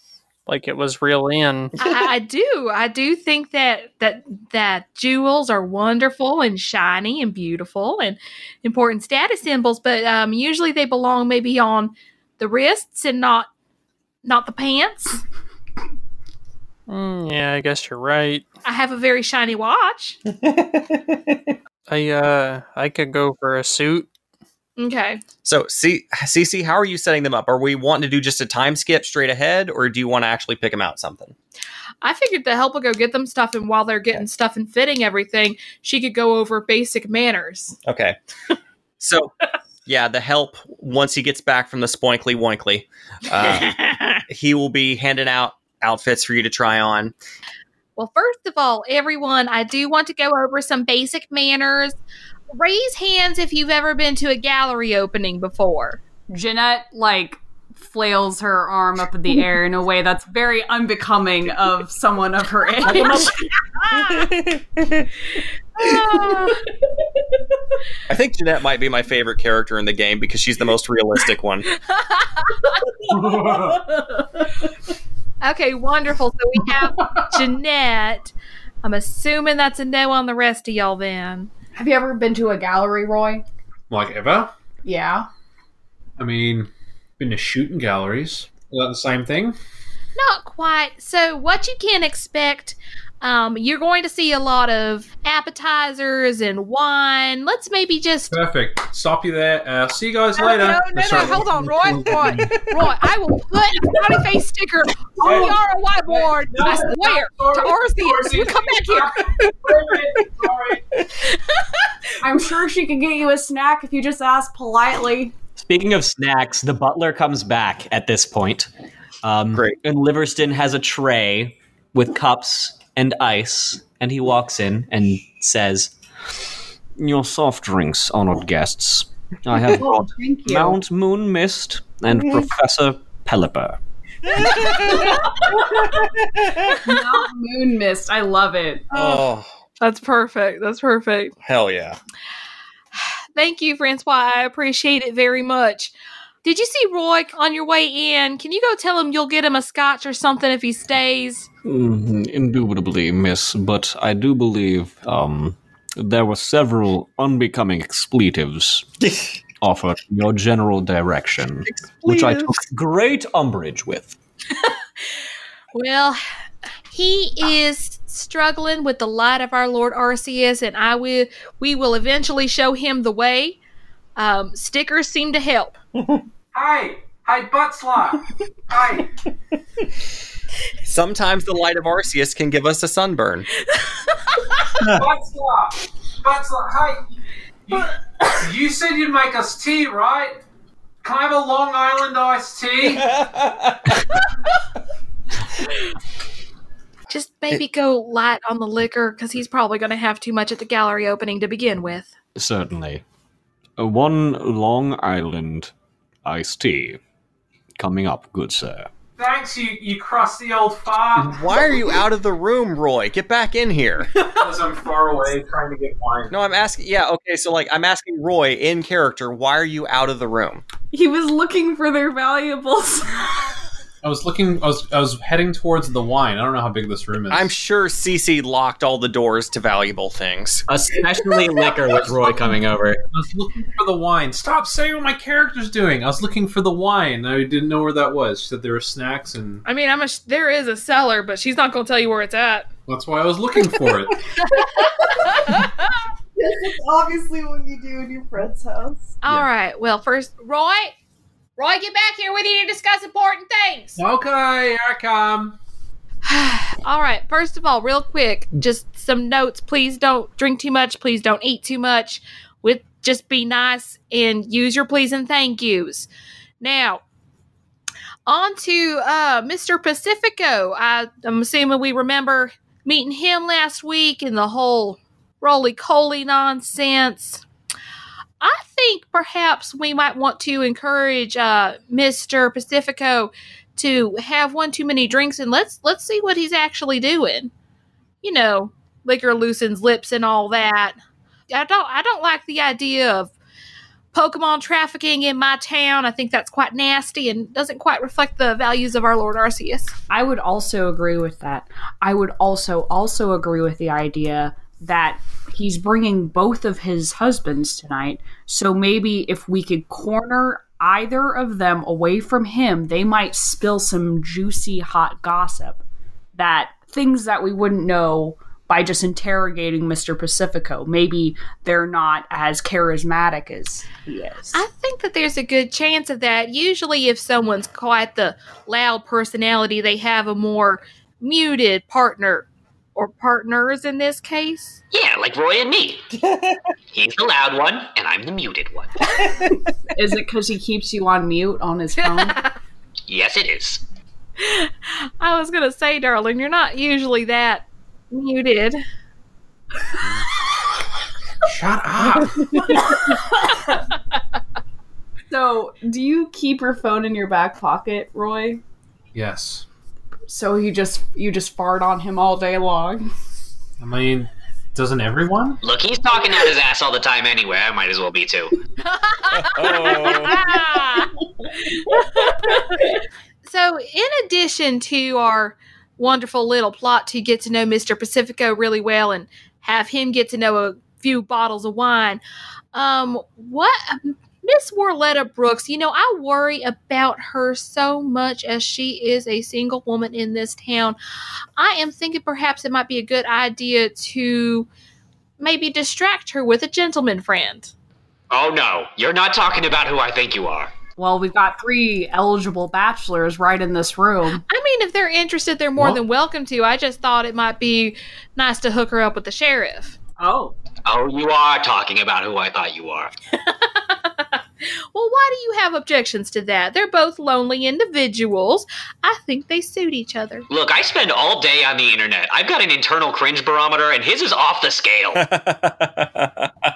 Like it was real in.
I, I- I do, I do think that that that jewels are wonderful and shiny and beautiful and important status symbols, but um, usually they belong maybe on the wrists and not not the pants.
Mm, yeah, I guess you're right.
I have a very shiny watch.
I, uh, I could go for a suit.
Okay,
So, C- Cece, how are you setting them up? Are we wanting to do just a time skip straight ahead, or do you want to actually pick them out something?
I figured the help will go get them stuff, and while they're getting stuff and fitting everything, she could go over basic manners.
Okay. So, yeah, the help once he gets back from the spoinkly woinkly, uh, he will be handing out outfits for you to try on.
Well, first of all, everyone, I do want to go over some basic manners. Raise hands if you've ever been to a gallery opening before.
Jeanette, like, flails her arm up in the air in a way that's very unbecoming of someone of her age.
Ah.
I think Jeanette might be my favorite character in the game because she's the most realistic one.
Okay, wonderful. So we have Jeanette. I'm assuming that's a no on the rest of y'all then.
Have you ever been to a gallery, Roy?
Like ever?
Yeah.
I mean, been to shooting galleries. Is that the same thing?
Not quite. So, what you can expect, um, you're going to see a lot of appetizers and wine. Let's maybe just.
Perfect. Stop you there. Uh, see you guys
No,
later.
no, no,
Sorry.
no, hold on, Roy, Roy, Roy. I will put a smiley face sticker on the ROI board.
no,
I swear
no,
to Orsi, you come back here.
I'm sure she can get you a snack if you just ask politely.
Speaking of snacks, the butler comes back at this point. Um, Great. And Liverston has a tray with cups and ice, and he walks in and says, Your soft drinks, honored guests. I have brought
thank you.
Mount Moon Mist and
Mhm.
Professor Pelipper.
Mount Moon Mist. I love it.
Oh.
That's perfect. That's perfect.
Hell yeah.
Thank you, Francois. I appreciate it very much. Did you see Roy on your way in? Can you go tell him you'll get him a scotch or something if he stays?
Mm, Indubitably, miss, but I do believe um, there were several unbecoming expletives offered in your general direction, which I took great umbrage with.
Well, he is struggling with the light of our Lord Arceus, and I will. We will eventually show him the way. Um, stickers seem to help.
Hi, hi, butt slot. Hi.
Sometimes the light of Arceus can give us a sunburn.
butt slot. Butt slot. Hi. You, you said you'd make us tea, right? Can I have a Long Island iced tea?
Just maybe go light on the liquor because he's probably going to have too much at the gallery opening to begin with.
Certainly. Uh, One Long Island iced tea coming up, good sir.
Thanks, you, you crusty old fart.
Why are you out of the room, Roy? Get back in here.
Because I'm far away trying to get wine.
No, I'm asking. Yeah, okay. So, like, I'm asking Roy in character, why are you out of the room?
He was looking for their valuables.
I was looking. I was. I was heading towards the wine. I don't know how big this room is.
I'm sure CC locked all the doors to valuable things,
especially liquor with Roy coming over.
I was looking for the wine. Stop saying what my character's doing. I was looking for the wine. I didn't know where that was. She said there were snacks, and
I mean, I'm a, there is a cellar, but she's not going to tell you where it's at.
that's why I was looking for it.
That's obviously what you do in your friend's house.
All right. Well, first, Roy, Roy, get back here. We need to discuss important things.
okay, here I come.
All right. First of all, real quick, just some notes. Please don't drink too much. Please don't eat too much. With just be nice and use your please and thank yous. Now, on to uh, Mr. Pacifico. I, I'm assuming we remember meeting him last week and the whole roly coly nonsense. I think perhaps we might want to encourage uh, Mr. Pacifico to have one too many drinks and let's let's see what he's actually doing. You know, liquor loosens lips and all that. I don't I don't like the idea of Pokemon trafficking in my town. I think that's quite nasty and doesn't quite reflect the values of our Lord Arceus.
I would also agree with that. I would also also agree with the idea that he's bringing both of his husbands tonight. So maybe if we could corner either of them away from him, they might spill some juicy hot gossip that things that we wouldn't know by just interrogating Mr. Pacifico. Maybe they're not as charismatic as he is.
I think that there's a good chance of that. Usually, if someone's quite the loud personality, they have a more muted partner or partners in this case.
Yeah, like Roy and me. He's the loud one, and I'm the muted one.
Is it because he keeps you on mute on his phone?
Yes, it is.
I was gonna say, darling, you're not usually that muted.
Shut up. so, do you keep your phone in your back pocket, Roy?
Yes.
So you just you just fart on him all day long.
I mean, doesn't everyone?
Look, he's talking out his ass all the time anyway. I might as well be too.
So, in addition to our wonderful little plot to get to know Mr. Pacifico really well and have him get to know a few bottles of wine, um, what Miss Warletta Brooks, you know, I worry about her so much as she is a single woman in this town. I am thinking perhaps it might be a good idea to maybe distract her with a gentleman friend.
Oh no, you're not talking about who I think you are.
Well, we've got three eligible bachelors right in this room.
I mean, if they're interested, they're more than welcome to. I just thought it might be nice to hook her up with the sheriff.
Oh.
Oh, you are talking about who I thought you are.
Well, why do you have objections to that? They're both lonely individuals. I think they suit each other.
Look, I spend all day on the internet. I've got an internal cringe barometer, and his is off the scale.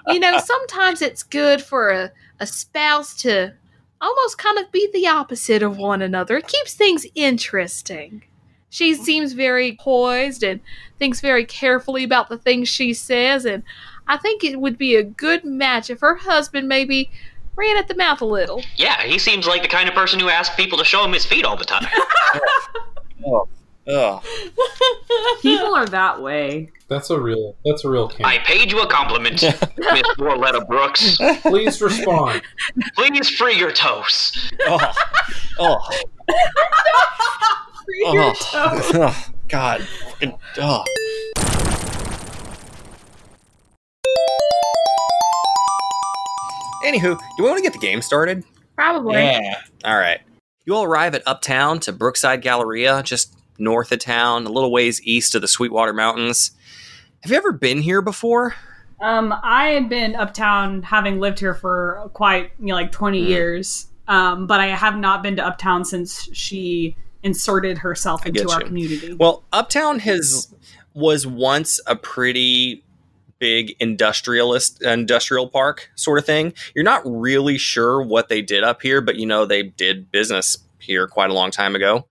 you know, sometimes it's good for a, a spouse to almost kind of be the opposite of one another. It keeps things interesting. She
Mm-hmm.
seems very poised and thinks very carefully about the things she says, and I think it would be a good match if her husband maybe ran at the mouth a little.
yeah, he seems like the kind of person who asks people to show him his feet all the time.
Ugh.
People are that way.
That's a real. That's a real.
I paid you a compliment, Miss Warletta Brooks.
Please respond.
Please free your toes.
Oh, oh,
Free your toes.
oh. God. Fucking- oh. Anywho, do we want to get the game started?
Oh,
Probably.
All right. You all arrive at Uptown to Brookside Galleria, just north of town, a little ways east of the Sweetwater Mountains. Have you ever been here before?
Um, I had been uptown, having lived here for quite you know, like twenty
Mm.
years. Um, but I have not been to uptown since she inserted herself
I get
into our
you.
community.
Well, Uptown has was once a pretty big industrialist industrial park sort of thing. You're not really sure what they did up here, but you know they did business here quite a long time ago.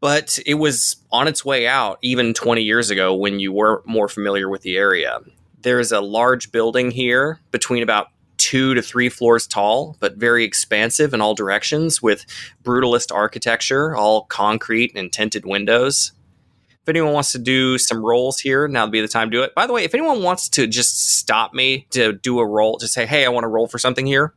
But it was on its way out even 20 years ago when you were more familiar with the area. There's a large building here between about two to three floors tall, but very expansive in all directions with brutalist architecture, all concrete and tinted windows. If anyone wants to do some rolls here, now would be the time to do it. By the way, if anyone wants to just stop me to do a roll, just say, hey, I want to roll for something here,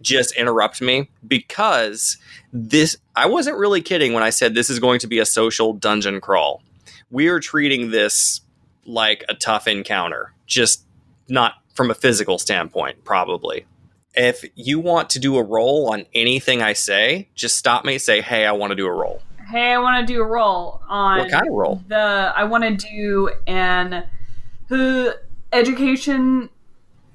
just interrupt me because this, I wasn't really kidding when I said this is going to be a social dungeon crawl. We are treating this like a tough encounter, just not from a physical standpoint, probably if you want to do a roll on anything I say, just stop me. Say, hey, I want to do a roll.
Hey, I want to do a roll on
What kind of roll?
The I want to do an who education,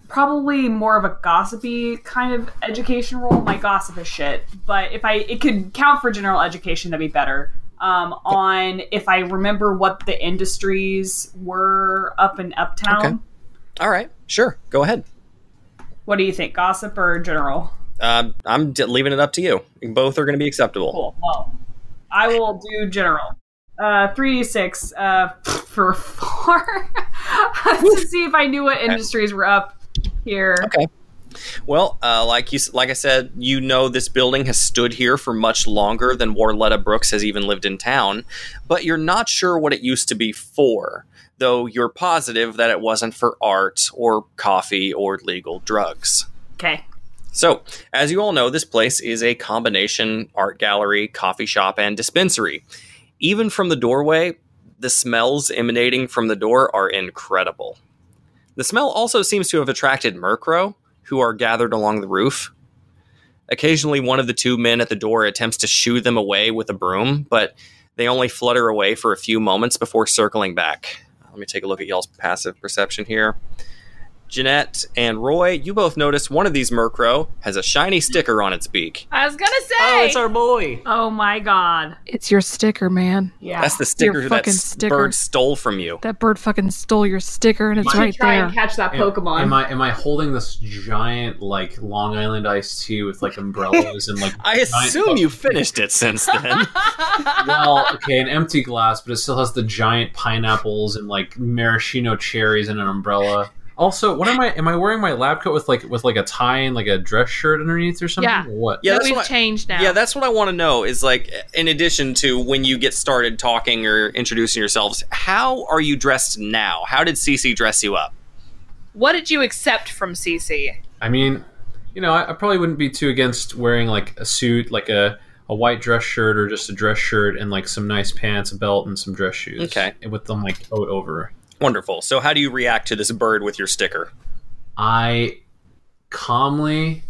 probably more of a gossipy kind of education roll. My gossip is shit, but if I it could count for general education, that'd be better. Um, on if I remember what the industries were up in Uptown.
Okay. All right, sure, go ahead.
What do you think, gossip or general?
Um, I'm d- leaving it up to you. Both are going to be acceptable.
Cool. Well, I will do general. Uh, three d six uh, for four to see if I knew what industries were up here.
Okay. Well, uh, like you, s- like I said, you know this building has stood here for much longer than Warletta Brooks has even lived in town, but you're not sure what it used to be for. Though you're positive that it wasn't for art or coffee or legal drugs.
Okay.
So, as you all know, this place is a combination art gallery, coffee shop, and dispensary. Even from the doorway, the smells emanating from the door are incredible. The smell also seems to have attracted Murkrow, who are gathered along the roof. Occasionally, one of the two men at the door attempts to shoo them away with a broom, but they only flutter away for a few moments before circling back. Let me take a look at y'all's passive perception here. Jeanette and Roy, you both notice one of these Murkrow has a shiny sticker on its beak.
I was gonna say.
Oh, it's our boy.
Oh my god.
It's your sticker, man.
Yeah.
That's the
Your
sticker that
fucking
s-
sticker.
bird stole from you.
That bird fucking stole your sticker, and it's
Might
right
try
there.
and catch that Am- Am, I am I holding this giant like Long Island iced tea with like umbrellas and like?
I assume you finished it since then.
well, okay, an empty glass, but it still has the giant pineapples and like maraschino cherries and an umbrella. Also, what am I? Am I wearing my lab coat with like with like a tie and like a dress shirt underneath or something?
Yeah.
Or what?
Yeah, that's what I-
changed
Yeah, that's what I want to know is like, in addition to when you get started talking or introducing yourselves, how are you dressed now? How did Cece dress you up?
What did you accept from CC?
I mean, you know, I, I probably wouldn't be too against wearing like a suit, like a a white dress shirt or just a dress shirt and like some nice pants, a belt, and some dress shoes.
Okay.
And with them like coat over.
Wonderful. So, how do you react to this bird with your sticker?
I calmly,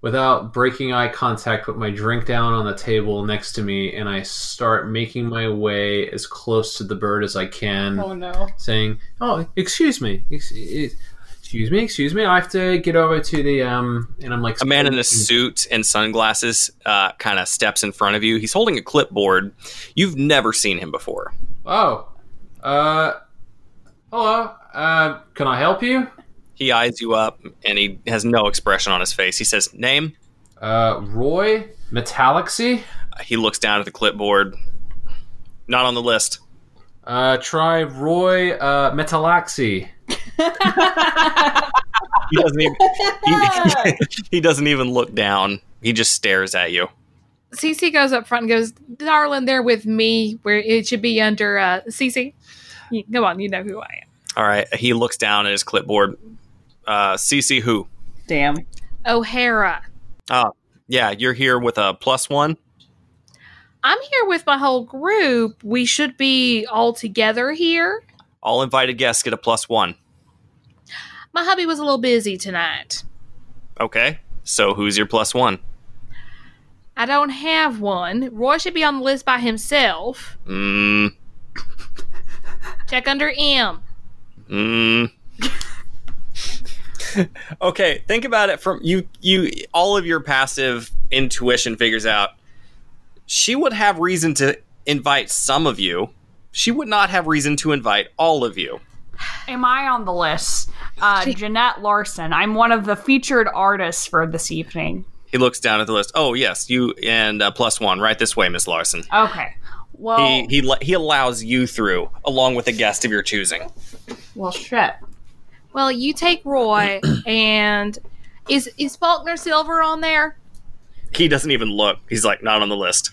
without breaking eye contact, put my drink down on the table next to me and I start making my way as close to the bird as I can.
Oh, no.
Saying, "Oh, excuse me, ex- ex- excuse me, excuse me. I have to get over to the um." And I'm like
A man in a suit and sunglasses uh, kind of steps in front of you. He's holding a clipboard. You've never seen him before.
Oh, uh, hello. Uh, can I help you?
He eyes you up and he has no expression on his face. He says, Name?
Uh, Roy Metalaxy.
He looks down at the clipboard. Not on the list.
Uh, try Roy uh, Metalaxy.
He doesn't even, he, he doesn't even look down. He just stares at you.
CC goes up front and goes, "Darling, they're with me. Where it should be under uh, CC." You- Come on, you know who I am.
All right. He looks down at his clipboard. Uh, CC who?
Damn.
O'Hara.
Ah, yeah, you're here with a plus one.
I'm here with my whole group. We should be all together here.
All invited guests get a plus one.
My hubby was a little busy tonight.
Okay. So who's your plus one?
I don't have one. Roy should be on the list by himself.
Mm,
Check under M.
mm. okay, think about it from you you all of your passive intuition figures out she would have reason to invite some of you. She would not have reason to invite all of you.
Am I on the list? Uh, Jeanette Larson. I'm one of the featured artists for this evening.
He looks down at the list. Oh, yes, you and uh, plus one right this way, Miss Larson.
Okay. Well,
He he le- he allows you through along with a guest of your choosing.
well, shit.
Well, you take Roy and is is Faulkner Silver on there?
He doesn't even look. He's like not on the list.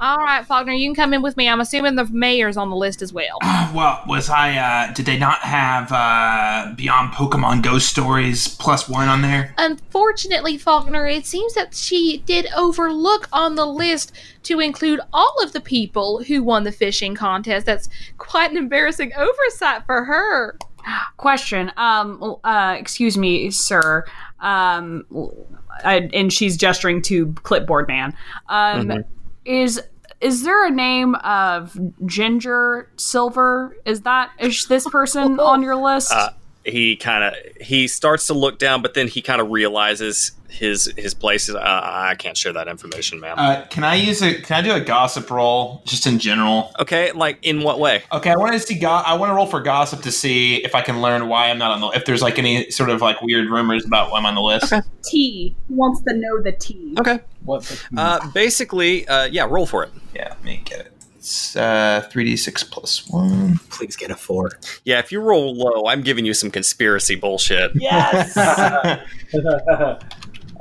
All right, Faulkner, you can come in with me. I'm assuming the mayor's on the list as well.
Well, was I? Uh, did they not have uh, Beyond Pokemon Go Stories plus one on there?
Unfortunately, Faulkner, it seems that she did overlook on the list to include all of the people who won the fishing contest. That's quite an embarrassing oversight for her.
Question. Um. Uh. Excuse me, sir. Um. I, and she's gesturing to clipboard man. Um.
Mhm.
Is is there a name of Ginger Silver? Is that is this person on your list?
Uh, he kind of he starts to look down, but then he kind of realizes his his place. Is, uh, I can't share that information, ma'am.
Uh, can I use a? Can I do a gossip roll just in general?
Okay, like in what way?
Okay, I want to see. Go- I want to roll for gossip to see if I can learn why I'm not on the. If there's like any sort of like weird rumors about why I'm on the list.
T wants to know the T.
Okay.
What?
Uh, basically, uh, yeah. Roll for it.
Yeah, let me get it. It's uh, 3d6 plus one.
Please get a four. Yeah, if you roll low, I'm giving you some conspiracy bullshit.
Yes.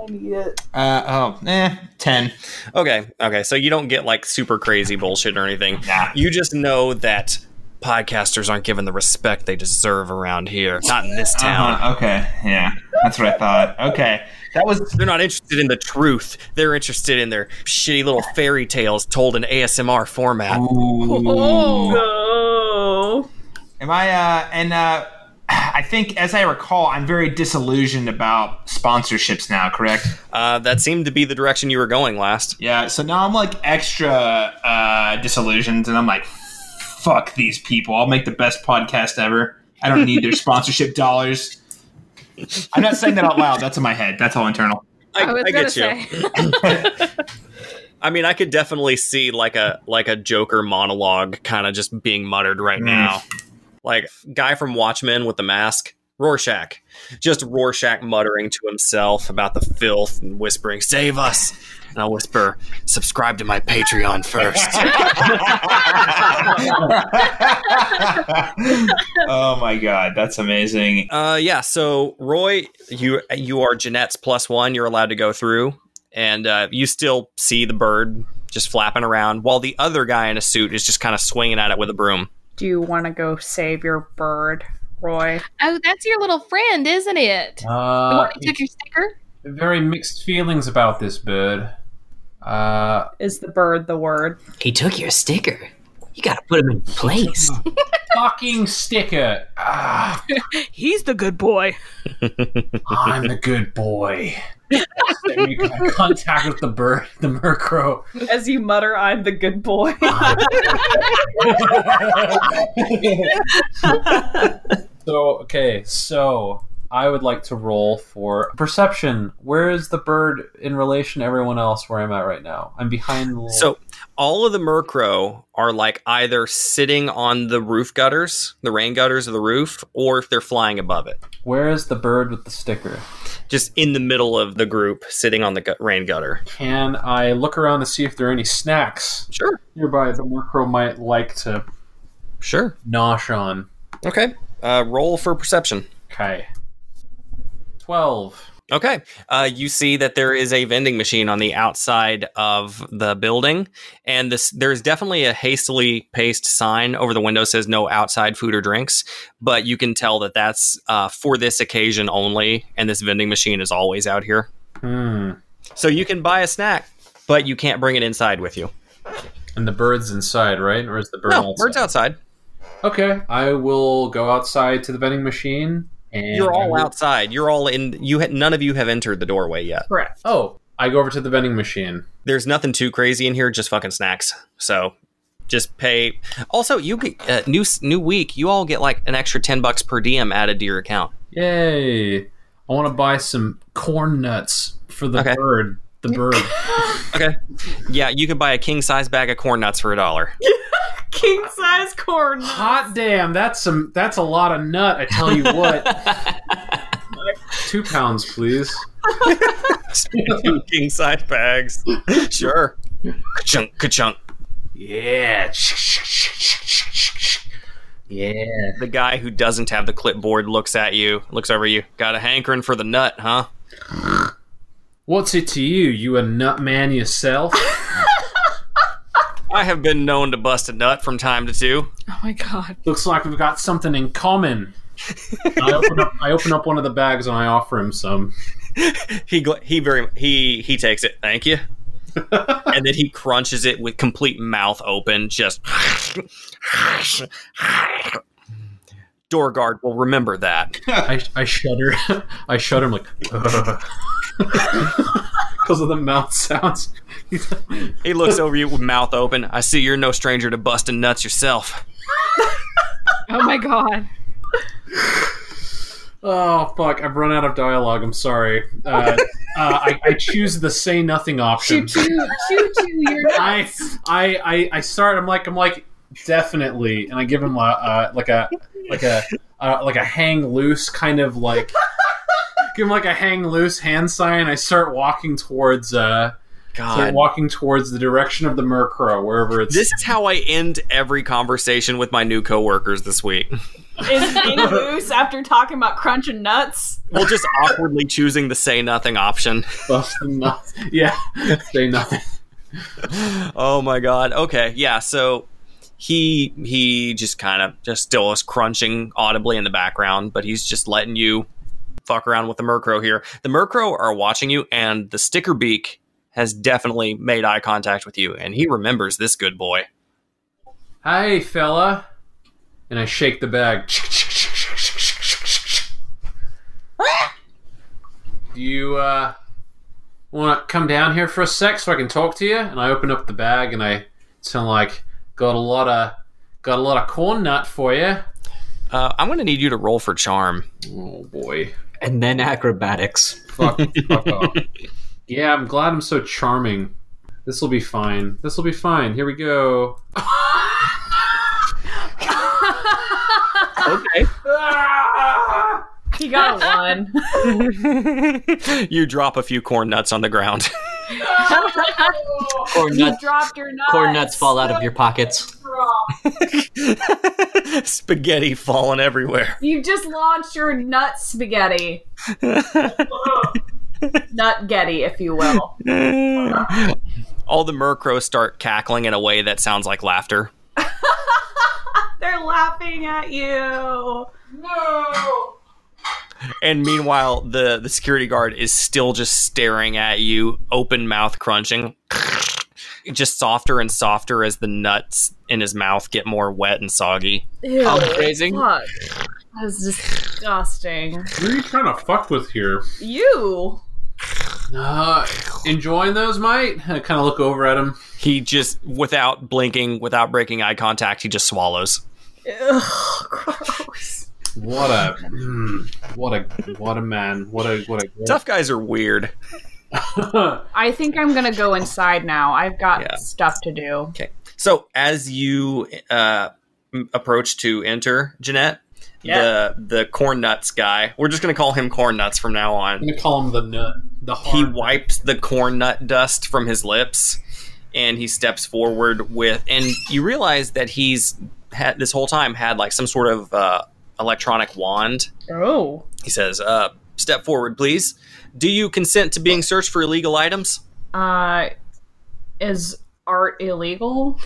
I need it.
Uh, oh, eh, 10.
Okay, okay. So you don't get like super crazy bullshit or anything. You just know that podcasters aren't given the respect they deserve around here. Not in this town.
Uh-huh, okay, yeah. That's what I thought. Okay. That was
They're not interested in the truth. They're interested in their shitty little fairy tales told in ASMR format. Oh,
Oh. Am I? Uh, and uh, I think, as I recall, I'm very disillusioned about sponsorships now. Correct?
Uh, that seemed to be the direction you were going last.
Yeah. So now I'm like extra uh, disillusioned, and I'm like, fuck these people. I'll make the best podcast ever. I don't need their sponsorship dollars. I'm not saying that out loud. That's in my head. That's all internal.
I,
I was
I get
gonna
you. I mean, I could definitely see like a like a Joker monologue kind of just being muttered right now, like guy from Watchmen with the mask, Rorschach, just Rorschach muttering to himself about the filth and whispering, "Save us." And I'll whisper, subscribe to my Patreon first.
oh my god, that's amazing.
Uh, yeah. So Roy, you you are Jeanette's plus one. You're allowed to go through, and uh, you still see the bird just flapping around, while the other guy in a suit is just kind of swinging at it with a broom.
Do you want to go save your bird, Roy?
Oh, that's your little friend, isn't it? the
Uh,
one who took your sticker?
very mixed feelings about this bird. Uh,
Is the bird the word?
he took your sticker. You gotta put him in place. Fucking sticker. Ah,
He's the good boy.
I'm the good boy. Contact with the bird, the Murkrow.
As you mutter, I'm the good boy.
So okay, so I would like to roll for perception. Where is the bird in relation to everyone else? Where I'm at right now? I'm behind. The
So all of the Murkrow are like either sitting on the roof gutters, the rain gutters of the roof, or if they're flying above it,
where is the bird with the sticker?
just in the middle of the group, sitting on the gut- rain gutter.
Can I look around to see if there are any snacks?
Sure.
Nearby, the Murkrow might like to.
Sure.
Nosh on.
Okay. Uh, roll for perception.
Okay. Twelve.
Okay. Uh, you see that there is a vending machine on the outside of the building, and this there's definitely a hastily pasted sign over the window says no outside food or drinks, but you can tell that that's uh, for this occasion only, and this vending machine is always out here.
Hmm.
So you can buy a snack, but you can't bring it inside with you.
And the bird's inside, right? Or is the bird
no,
outside?
bird's outside.
Okay, I will go outside to the vending machine. And
You're all outside. You're all in. You ha- none of you have entered the doorway yet.
Correct. Oh, I go over to the vending machine.
there's nothing too crazy in here, just fucking snacks. So just pay. Also, you get uh, new new week. You all get like an extra ten bucks per diem added to your account.
Yay! I want to buy some corn nuts for the bird. The bird.
Okay. Yeah, you can buy a king size bag of corn nuts for a dollar.
King size corn. Hot damn! That's some. That's a lot of nut. I tell you what. Two pounds, please.
Two king size bags. Sure. Ka-chunk, ka-chunk.
Yeah. Yeah.
The guy who doesn't have the clipboard looks at you, looks over you. Got a hankering for the nut, huh?
What's it to you? You a nut man yourself?
I have been known to bust a nut from time to two.
Oh my god. Looks like we've got something in common. I, open up, I open up one of the bags and I offer him some.
he gl- he very he he takes it. Thank you. and then he crunches it with complete mouth open. Just door guard will remember that.
I, I shudder. I shudder. I'm like, because of the mouth sounds.
He looks over you with mouth open. I see you're no stranger to busting nuts yourself.
Oh my god.
Oh fuck! I've run out of dialogue. I'm sorry. Uh, uh, I, I choose the say nothing option.
choo choo, you're
I, I I I start. I'm like I'm like definitely, and I give him a uh, like a like a uh, like a hang loose kind of like give him like a hang loose hand sign. I start walking towards uh,
God.
start walking towards the direction of the Murkrow, wherever it's.
This is how I end every conversation with my new coworkers this week.
Is hang loose after talking about crunching nuts?
Well, just awkwardly choosing the say nothing option.
Busting nuts. Yeah, say nothing.
oh my god. Okay, yeah. So he he just kind of just still is crunching audibly in the background, but he's just letting you fuck around with the Murkrow here. The Murkrow are watching you, and the sticker beak has definitely made eye contact with you, and he remembers this good boy.
Hey, fella. And I shake the bag. Do you uh, want to come down here for a sec so I can talk to you? And I open up the bag and I sound like got a lot of Got a lot of corn nut for you.
Uh, I'm going to need you to roll for charm.
Oh boy.
And then acrobatics.
Fuck, fuck off. Yeah, I'm glad I'm so charming. This will be fine. This will be fine. Here we go.
okay.
He got one.
You drop a few corn nuts on the ground.
Corn
you
nuts,
dropped your nut.
corn nuts fall out of your pockets.
Spaghetti falling everywhere.
You just launched your nut spaghetti. nut getty, if you will.
All the Murkrows start cackling in a way that sounds like laughter.
They're laughing at you.
No.
And meanwhile, the, the security guard is still just staring at you, open mouth crunching. Just softer and softer as the nuts in his mouth get more wet and soggy.
Ew,
Palm grazing?
Fuck. That is disgusting.
Who are you trying to fuck with here?
You.
Uh, enjoying those, mate? I kind of look over at him.
He just, without blinking, without breaking eye contact, he just swallows.
Ugh, gross.
What a, mm, what a, what a man. What a, what a.
Tough guys are weird.
I think I'm gonna go inside now. I've got
Yeah.
stuff to do.
Okay. So as you uh, m- approach to enter, Jeanette,
Yeah.
the the corn nuts guy, we're just gonna call him corn nuts from now on.
I'm gonna call him the nut. The
He wipes the corn nut dust from his lips, and he steps forward with, and you realize that he's had this whole time had like some sort of uh, electronic wand.
Oh.
He says, uh, "Step forward, please. Do you consent to being searched for illegal items?"
Uh, is art illegal?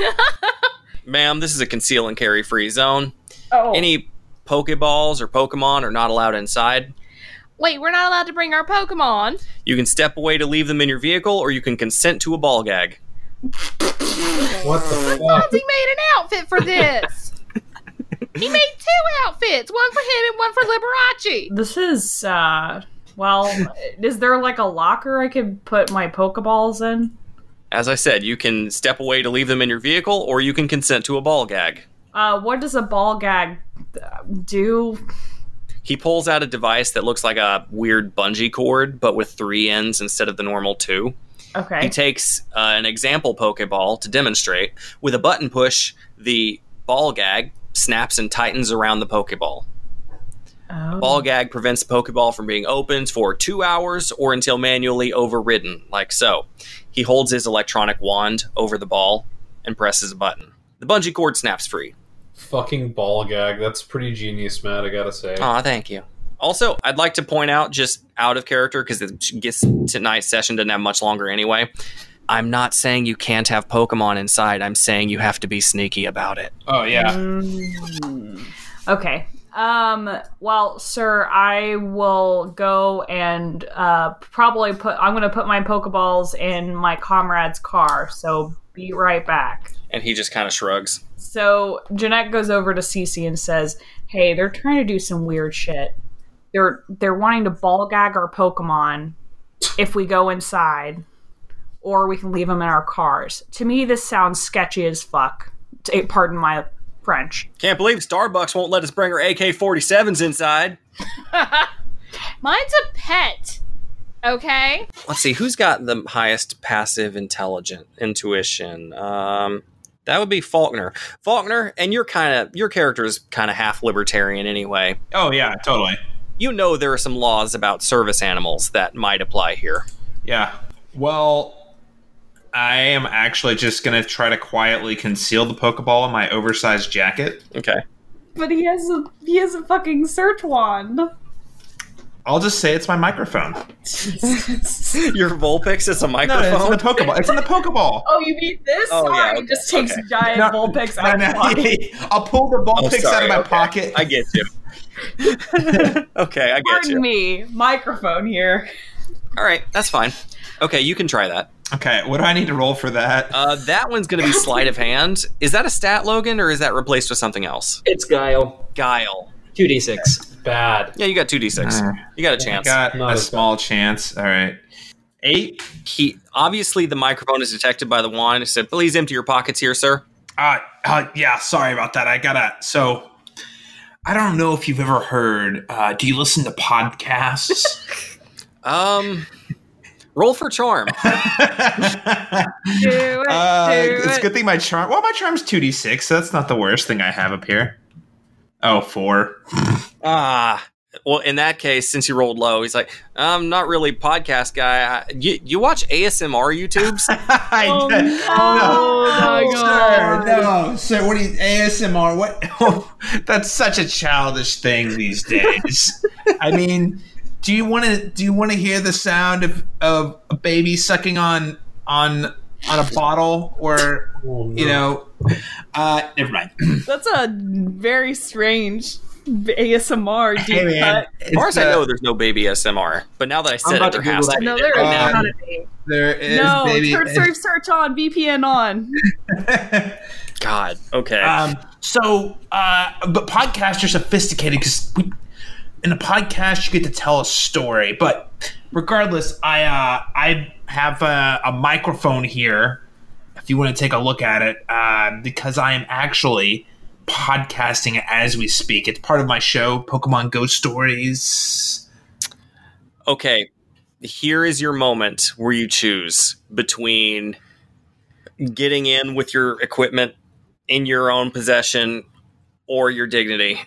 ma'am, this is a conceal and carry free zone. Any Pokeballs or Pokemon are not allowed inside.
Wait, we're not allowed to bring our Pokemon.
You can step away to leave them in your vehicle, or you can consent to a ball gag.
What
Fonzie made an outfit for this. he made two outfits, one for him and one for Liberace.
This is uh well, is there like a locker I could put my pokeballs in?
As I said, you can step away to leave them in your vehicle, or you can consent to a ball gag.
Uh what does a ball gag uh, do?
He pulls out a device that looks like a weird bungee cord, but with three ends instead of the normal two. He
Okay.
takes uh, an example Pokeball to demonstrate. With a button push, the ball gag snaps and tightens around the Pokeball.
Oh.
Ball gag prevents Pokeball from being opened for two hours or until manually overridden, like so. He holds his electronic wand over the ball and presses a button. The bungee cord snaps free.
Fucking ball gag. That's pretty genius, Matt. I gotta say.
Aw, thank you. Also, I'd like to point out, just out of character, because tonight's session doesn't have much longer anyway. I'm not saying you can't have Pokemon inside. I'm saying you have to be sneaky about it.
Oh yeah.
Mm. Okay. Um well, sir, I will go and uh probably put I'm going to put my pokeballs in my comrade's car. So be right back.
And he just kind of shrugs.
So Jeanette goes over to Cece and says, "Hey, they're trying to do some weird shit. They're they're wanting to ball gag our Pokemon if we go inside, or we can leave them in our cars." To me, this sounds sketchy as fuck. T- pardon my French.
Can't believe Starbucks won't let us bring our AK 47s inside.
Mine's a pet. Okay.
Let's see, who's got the highest passive intelligent intuition? Um, that would be Faulkner. Faulkner, and you're kind of your character is kind of half libertarian anyway.
Oh yeah, totally.
You know there are some laws about service animals that might apply here.
Yeah. Well, I am actually just gonna try to quietly conceal the Pokeball in my oversized jacket.
Okay.
But he has a he has a fucking search wand.
I'll just say it's my microphone.
Your Vulpix is a microphone.
No, it's in the Pokeball. It's in the Pokeball.
Oh, you mean this?
Oh, yeah,
Sorry,
okay,
just takes
okay.
giant
No,
Vulpix out
no,
of
no.
pocket.
I'll pull the ball
Oh,
picks
sorry,
out of my
okay.
pocket.
I get you. okay, I get you.
Pardon me, microphone here.
All right, that's fine. Okay, you can try that.
Okay, what do I need to roll for that?
Uh, that one's going to be sleight of hand. Is that a stat, Logan, or is that replaced with something else?
It's Guile.
Guile.
2d6.
Bad.
Yeah, you got two d6. You got a chance.
Got
Not
a
a-
small chance. All right.
Eight. He obviously the microphone is detected by the wand. He said, "Please empty your pockets here, sir."
Uh, uh, yeah, sorry about that. I gotta. So, I don't know if you've ever heard. Uh, do you listen to podcasts?
um, roll for charm.
do it, uh, it's a good thing my charm. Well, my charm's two d six, so that's not the worst thing I have up here. Oh, four.
Ah, well, in that case, since you rolled low, he's like, I'm not really a podcast guy. I, you, you watch ASMR YouTubes?
I oh, no.
Oh, my God.
Sir, no, sir. What do you ASMR? What? That's such a childish thing these days. I mean, do you want to? Do you want to hear the sound of, of a baby sucking on on on a bottle, or you know? Uh, Oh, never mind.
That's a very strange ASMR deep
Hey, man.
cut.
As far as I know, there's no baby SMR. But now that I said
uh, about
it,
to
there has
Google
to
that. Um,
be.
No, there is not a thing.
There is
no,
baby.
search, search, search on VPN on.
God. Okay.
Um, so, uh, but podcasts are sophisticated because in a podcast you get to tell a story. But regardless, I uh, I have a, a microphone here. If you want to take a look at it, uh, because I am actually podcasting as we speak. It's part of my show, Pokemon Go Stories.
okay, here is your moment where you choose between getting in with your equipment in your own possession or your dignity.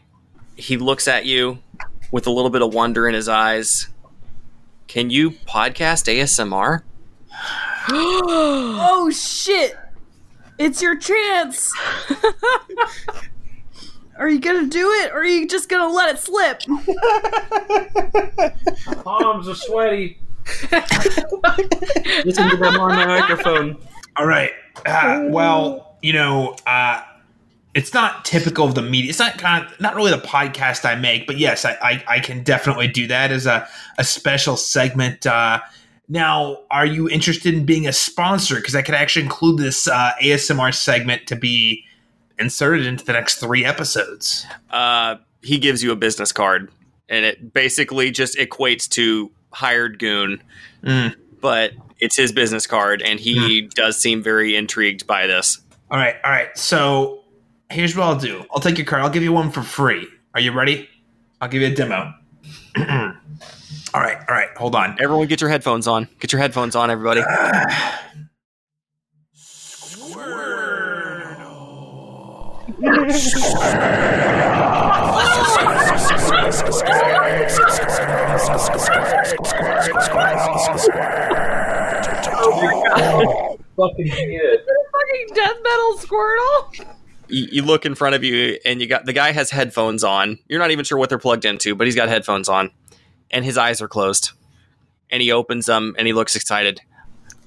He looks at you with a little bit of wonder in his eyes. Can you podcast ASMR?
oh shit! It's your chance. are you gonna do it, or are you just gonna let it slip?
Palms are sweaty.
Listen to them on the microphone. All right. Uh, well, you know, uh, it's not typical of the media. It's not kind of, not really the podcast I make, but yes, I, I, I can definitely do that as a, a special segment. Uh, now, are you interested in being a sponsor? Because I could actually include this uh, ASMR segment to be inserted into the next three episodes.
Uh, he gives you a business card, and it basically just equates to hired goon,
Mm.
but it's his business card, and he does seem very intrigued by this.
All right, all right. So here's what I'll do. I'll take your card. I'll give you one for free. Are you ready? I'll give you a demo. all right, all right. Hold on.
Everyone, get your headphones on. Get your headphones on, everybody.
Oh Fucking
Is it a fucking death metal Squirtle?
you, you look in front of you and you got the guy has headphones on. You're not even sure what they're plugged into, but he's got headphones on and his eyes are closed. And he opens them and he looks excited.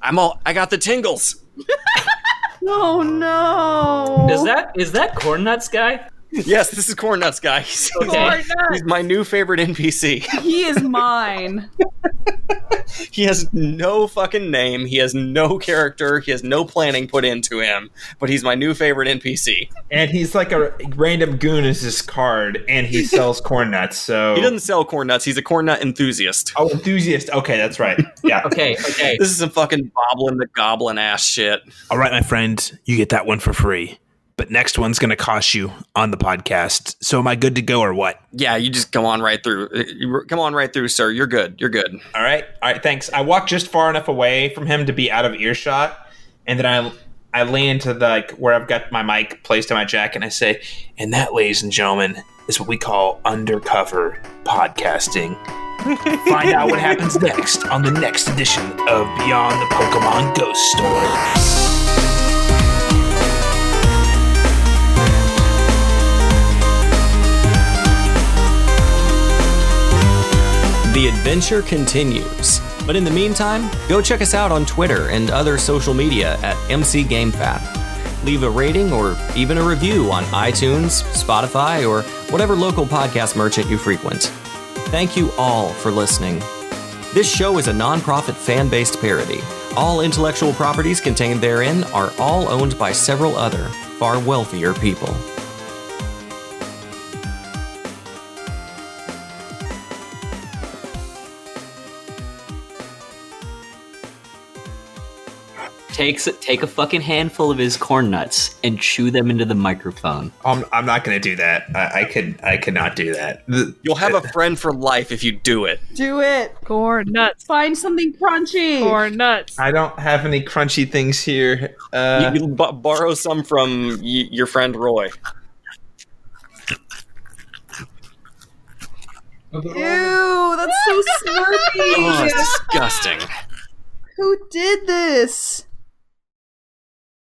I'm all I got the tingles.
Oh no!
Is that is that corn nuts guy?
Yes, this is corn nuts guy. He's,
Corn
he's my new favorite NPC.
He is mine.
He has no fucking name. He has no character. He has no planning put into him, but he's my new favorite NPC.
And he's like a random goon is his card, and he sells corn nuts. So
He doesn't sell corn nuts. He's a corn nut enthusiast.
Oh, enthusiast. Okay, that's right. Yeah.
okay, okay. This is some fucking boblin the goblin ass shit.
All right, my friend, you get that one for free. But next one's going to cost you on the podcast. So am I good to go or what?
Yeah, you just go on right through. Uh, you- Come on right through, sir. You're good. You're good.
All right. All right, thanks. I walked just far enough away from him to be out of earshot, and then I I lean into the like where I've got my mic placed in my jacket and I say, "And that, ladies and gentlemen, is what we call undercover podcasting." Find out what happens next on the next edition of Beyond the Pokemon Ghost Stories.
The adventure continues. But in the meantime, go check us out on Twitter and other social media at MC MCGameFab. Leave a rating or even a review on iTunes, Spotify, or whatever local podcast merchant you frequent. Thank you all for listening. This show is a nonprofit fan based parody. All intellectual properties contained therein are all owned by several other, far wealthier people.
takes take a fucking handful of his corn nuts and chew them into the microphone.
I'm, Um, I'm not going to do that. I, I could I cannot do that.
You'll have a friend for life if you do it.
Do it. Corn nuts. Find something crunchy. Corn nuts.
I don't have any crunchy things here. Uh,
you can b- borrow some from y- your friend Roy.
Ew, Oh, that's so slurpy.
disgusting.
Who did this?